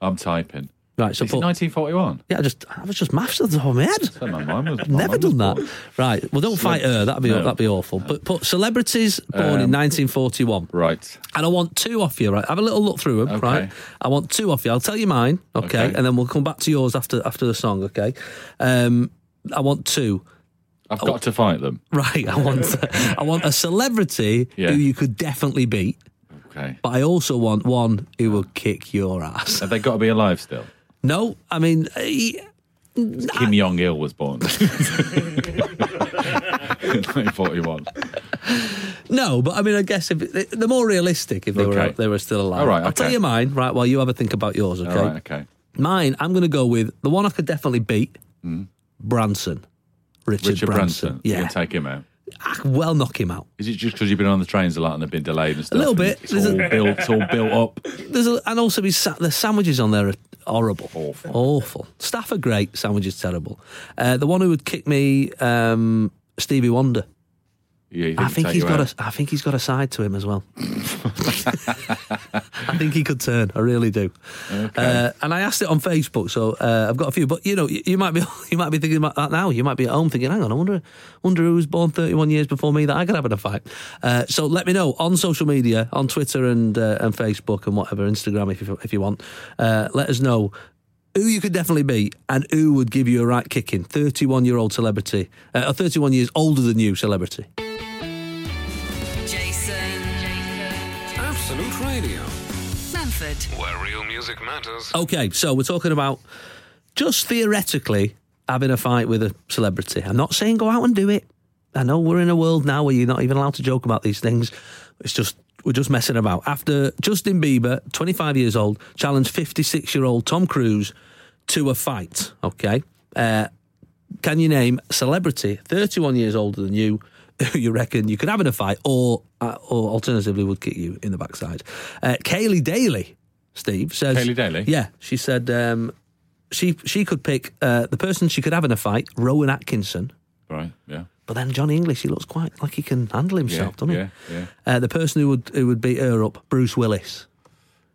D: I'm typing.
C: Right, so
D: Is it
C: put,
D: 1941?
C: yeah, I just I was just maths at the top of my head.
D: So my mum was. my
C: Never
D: mum was
C: done that.
D: born.
C: Right. Well, don't fight her. That'd be
D: No. Um,
C: that'd be awful. But put celebrities born in 1941,
D: Right.
C: and I want two off you. Right. Have a little look through them.
D: Okay.
C: Right. I want two off you. I'll tell you mine. Okay?
D: Okay.
C: And then we'll come back to yours after after the song. Okay. Um, I want two.
D: I've got to fight them.
C: Right. I want I want a celebrity
D: Yeah.
C: who you could definitely beat.
D: Okay.
C: But I also want one who will kick your ass.
D: Have they got to be alive still?
C: No, I mean, eh, he-
D: Kim Jong Il was born. 1941.
C: no, but I mean, I guess if eh, they're more realistic if they were
D: Okay.
C: they were still alive.
D: All right,
C: I'll tell
D: okay.
C: you mine. Right, while you have a think about yours. Okay,
D: All right, okay.
C: mine. I'm going to go with the one I could definitely beat. Branson, Richard,
D: Hmm. Richard Branson. You
C: Yeah,
D: can take him out.
C: I can well knock him out.
D: Is it just because you've been on the trains a lot and they've been delayed and stuff?
C: little
D: and
C: bit.
D: It's
C: There's
D: all,
C: a-
D: built, it's all built up.
C: There's a, and also his sa- the sandwiches on there are horrible,
D: Awful.
C: awful. Staff are great, sandwiches terrible. Uh, the one who would kick me, um, Stevie Wonder.
D: Yeah, he
C: I
D: can
C: think
D: take
C: he's
D: you
C: got
D: out.
C: a. I think he's got a side to him as well. I think he could turn. I really do. Uh, and I asked it on Facebook, so uh, I've got a few. But you know, you, you might be you might be thinking about that now. You might be at home thinking, "Hang on, I wonder wonder who was born 31 years before me that I could have in a fight." Uh, so let me know on social media, on Twitter and uh, and Facebook and whatever Instagram if you, if you want. Uh, let us know. Who you could definitely be, and who would give you a right kicking? Thirty-one-year-old celebrity, uh, a thirty-one years older than you celebrity.
A: Jason. Jason.
B: Absolute Radio, Oh.
A: Manford.
B: where real music matters.
C: Okay, so we're talking about just theoretically having a fight with a celebrity. I'm not saying go out and do it. I know we're in a world now where you're not even allowed to joke about these things. It's just we're just messing about. After Justin Bieber, 25 years old, challenged 56 year old Tom Cruise to a fight. Okay, uh, can you name a celebrity 31 years older than you who you reckon you could have in a fight, or uh, or alternatively would kick you in the backside? Uh, Kaylee Daly, Steve says.
D: Kaylee Daly?
C: Yeah, she said um, she she could pick uh, the person she could have in a fight, Rowan Atkinson.
D: Right, yeah.
C: But then John English, he looks quite like he can handle himself,
D: Yeah,
C: doesn't he?
D: yeah, yeah.
C: Uh, the person who would who would beat her up, Bruce Willis.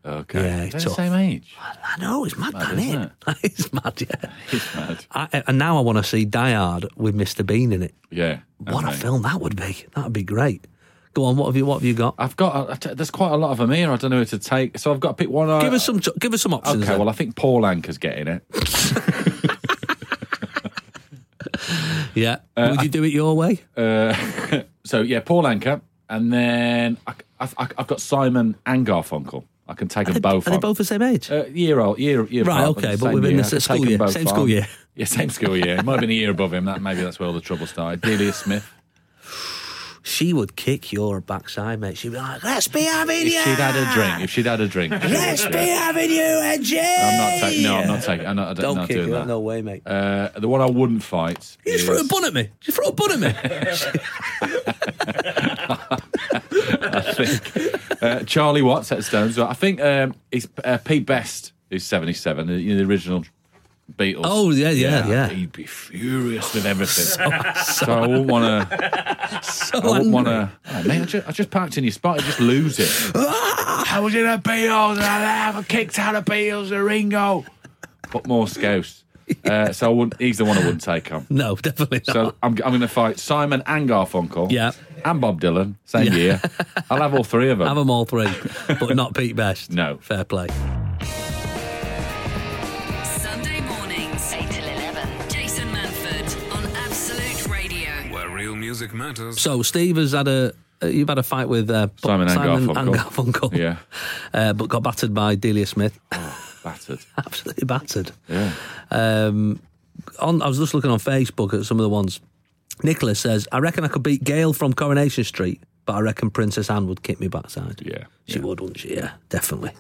D: Okay.
C: Yeah,
D: They're the
C: tough.
D: same age.
C: I know it's mad,
D: Mad,
C: isn't,
D: isn't
C: it? it's mad, yeah.
D: It's mad.
C: I, and now I want to see Die Hard with Mr Bean in it.
D: Yeah.
C: What a
D: okay.
C: film that would be! That would be great. Go on, what have you what have you got?
D: I've got, I t- there's quite a lot of them here. I don't know who to take. So I've got to pick one.
C: give us some cho- give us some options.
D: Okay,
C: then.
D: well, I think Paul Anker's getting it.
C: yeah.
D: uh,
C: would you do it your way?
D: So yeah, Paul Anker, and then I, I, I, have got Simon and Garfunkel. I can take
C: Are
D: them
C: they,
D: Uh, both.
C: are they
D: on.
C: both the same age?
D: Uh, year old, year, year
C: Right,
D: apart, but
C: okay,
D: the
C: but
D: same
C: within
D: year.
C: the
D: I could
C: school
D: take 'em
C: year,
D: both
C: same school year.
D: Yeah, same school year. It might have been a year above him. That maybe that's where all the trouble started. Delia Smith.
C: she would kick your backside, mate. She'd be like, "Let's be having
D: If
C: you."
D: she'd had a drink, if she'd had a drink, she
C: Let's
D: would,
C: be
D: yeah.
C: having you, Edgy.
D: I'm not taking. No, I'm not taking. I'm not, I'm
C: Don't
D: not
C: kick
D: doing
C: her.
D: that.
C: No way, mate.
D: Uh, the one I wouldn't fight.
C: you just
D: is-
C: threw a bun at me. You threw a bun at me.
D: Uh, Charlie Watts at Stones. I think um, it's uh, Pete Best, who's 77, the, you know, the original Beatles.
C: Oh, yeah, yeah, yeah. Oh,
D: He'd be furious with everything. so, I wouldn't want to.
C: so
D: I wouldn't
C: angry.
D: want to. mate, I just, I just parked in your spot. I just lose it.
C: Ah!
D: I was in a Beatles and I I kicked out of Beatles and Ringo. But more scouse. Uh, so I wouldn't, he's the one I wouldn't take on.
C: No, definitely not.
D: So I'm, I'm going to fight Simon and Garfunkel.
C: Yeah.
D: And Bob Dylan, same
C: Yeah.
D: year. I'll have all three of them.
C: Have them all three, but not Pete Best.
D: No.
C: fair play.
A: Sunday mornings. 8 till 11. Jason Manford on Absolute Radio.
B: Where real music matters.
C: So Steve has had a uh, you've had a fight with uh, Bo-
D: Simon and
C: and
D: Garfunkel.
C: Garfunkel.
D: Yeah.
C: uh, but got battered by Delia Smith.
D: Battered.
C: Absolutely battered.
D: Yeah.
C: Um, on, I was just looking on Facebook at some of the ones. Nicholas says, "I reckon I could beat Gail from Coronation Street, but I reckon Princess Anne would kick me backside.
D: Yeah,
C: she
D: yeah.
C: would, wouldn't she? Yeah, definitely.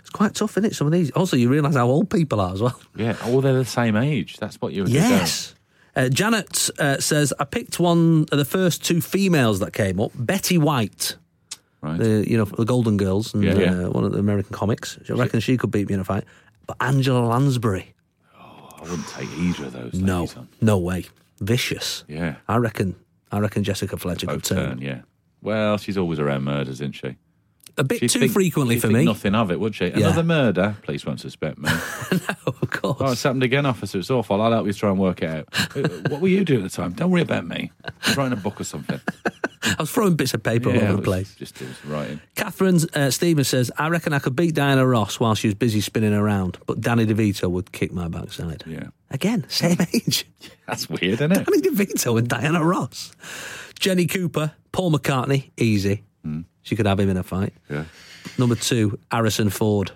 C: It's quite tough, isn't it? Some of these. Also, you realise how old people are as well.
D: Yeah. Oh, they're the same age. That's what you were
C: Yes. Uh, Janet uh, says, I picked one of the first two females that came up, Betty White,
D: Right.
C: the you know the Golden Girls and
D: Yeah,
C: uh,
D: yeah.
C: one of the American comics. I reckon she could beat me in a fight. But Angela Lansbury,
D: I wouldn't take either of those.
C: no,
D: things on.
C: no way, vicious.
D: Yeah.
C: I reckon, I reckon Jessica Fletcher could
D: Both
C: turn.
D: turn, yeah. Well, she's always around murders, isn't she?
C: A bit
D: She'd
C: too
D: think-
C: frequently
D: she'd
C: for
D: think
C: me.
D: Nothing of it, would she? Another murder? Police won't suspect me.
C: No, of course.
D: oh, it's happened again, officer. It's awful. I'll help you try and work it out. Uh, what were you doing at the time? Don't worry about me. I'm writing a book or something.
C: I was throwing bits of paper all
D: it
C: over
D: was
C: the place.
D: Just it was writing.
C: Catherine uh, Stevens says, I reckon I could beat Diana Ross while she was busy spinning around, but Danny DeVito would kick my backside.
D: Yeah.
C: Again, same age.
D: That's weird, isn't it?
C: Danny DeVito and Diana
D: Hmm.
C: Ross. Jenny Cooper, Paul McCartney, easy. She could have him in a fight.
D: Yeah.
C: Number two, Harrison Ford.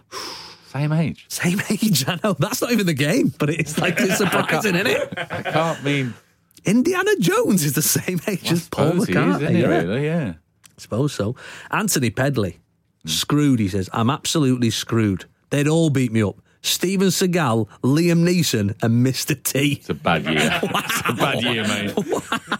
D: Same age.
C: Same age, I know. That's not even the game, but it's like it's surprising, isn't it?
D: I can't mean.
C: Indiana Jones is the same age as Paul
D: suppose he is,
C: McCartney.
D: isn't he,
C: yeah.
D: really? Yeah.
C: suppose so. Anthony Pedley,
D: Hmm.
C: screwed, he says. I'm absolutely screwed. They'd all beat me up. Steven Seagal, Liam Neeson, and Mr. T.
D: It's a bad year.
C: Wow.
D: bad year, mate.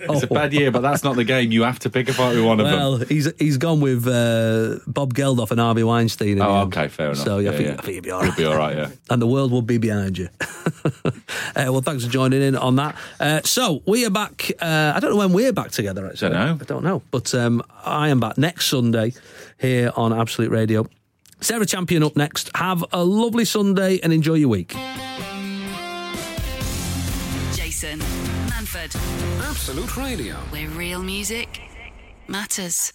D: It's a bad year, but that's not the game. You have to pick apart with one of them.
C: Well, he's he's gone with uh, Bob Geldof and Harvey Weinstein. in the
D: Oh,
C: end.
D: okay, fair enough.
C: So yeah, I,
D: Yeah,
C: think,
D: yeah.
C: I think you'll be all
D: You'll
C: right.
D: be all right, yeah.
C: And the world will be behind you. uh, well, thanks for joining in on that. Uh, so we are back. Uh, I don't know when we're back together. Actually,
D: Dunno.
C: I don't know. But um, I am back next Sunday here on Absolute Radio. Sarah Champion up next. Have a lovely Sunday and enjoy your week.
A: Jason Manford,
B: Absolute Radio.
A: where real music matters.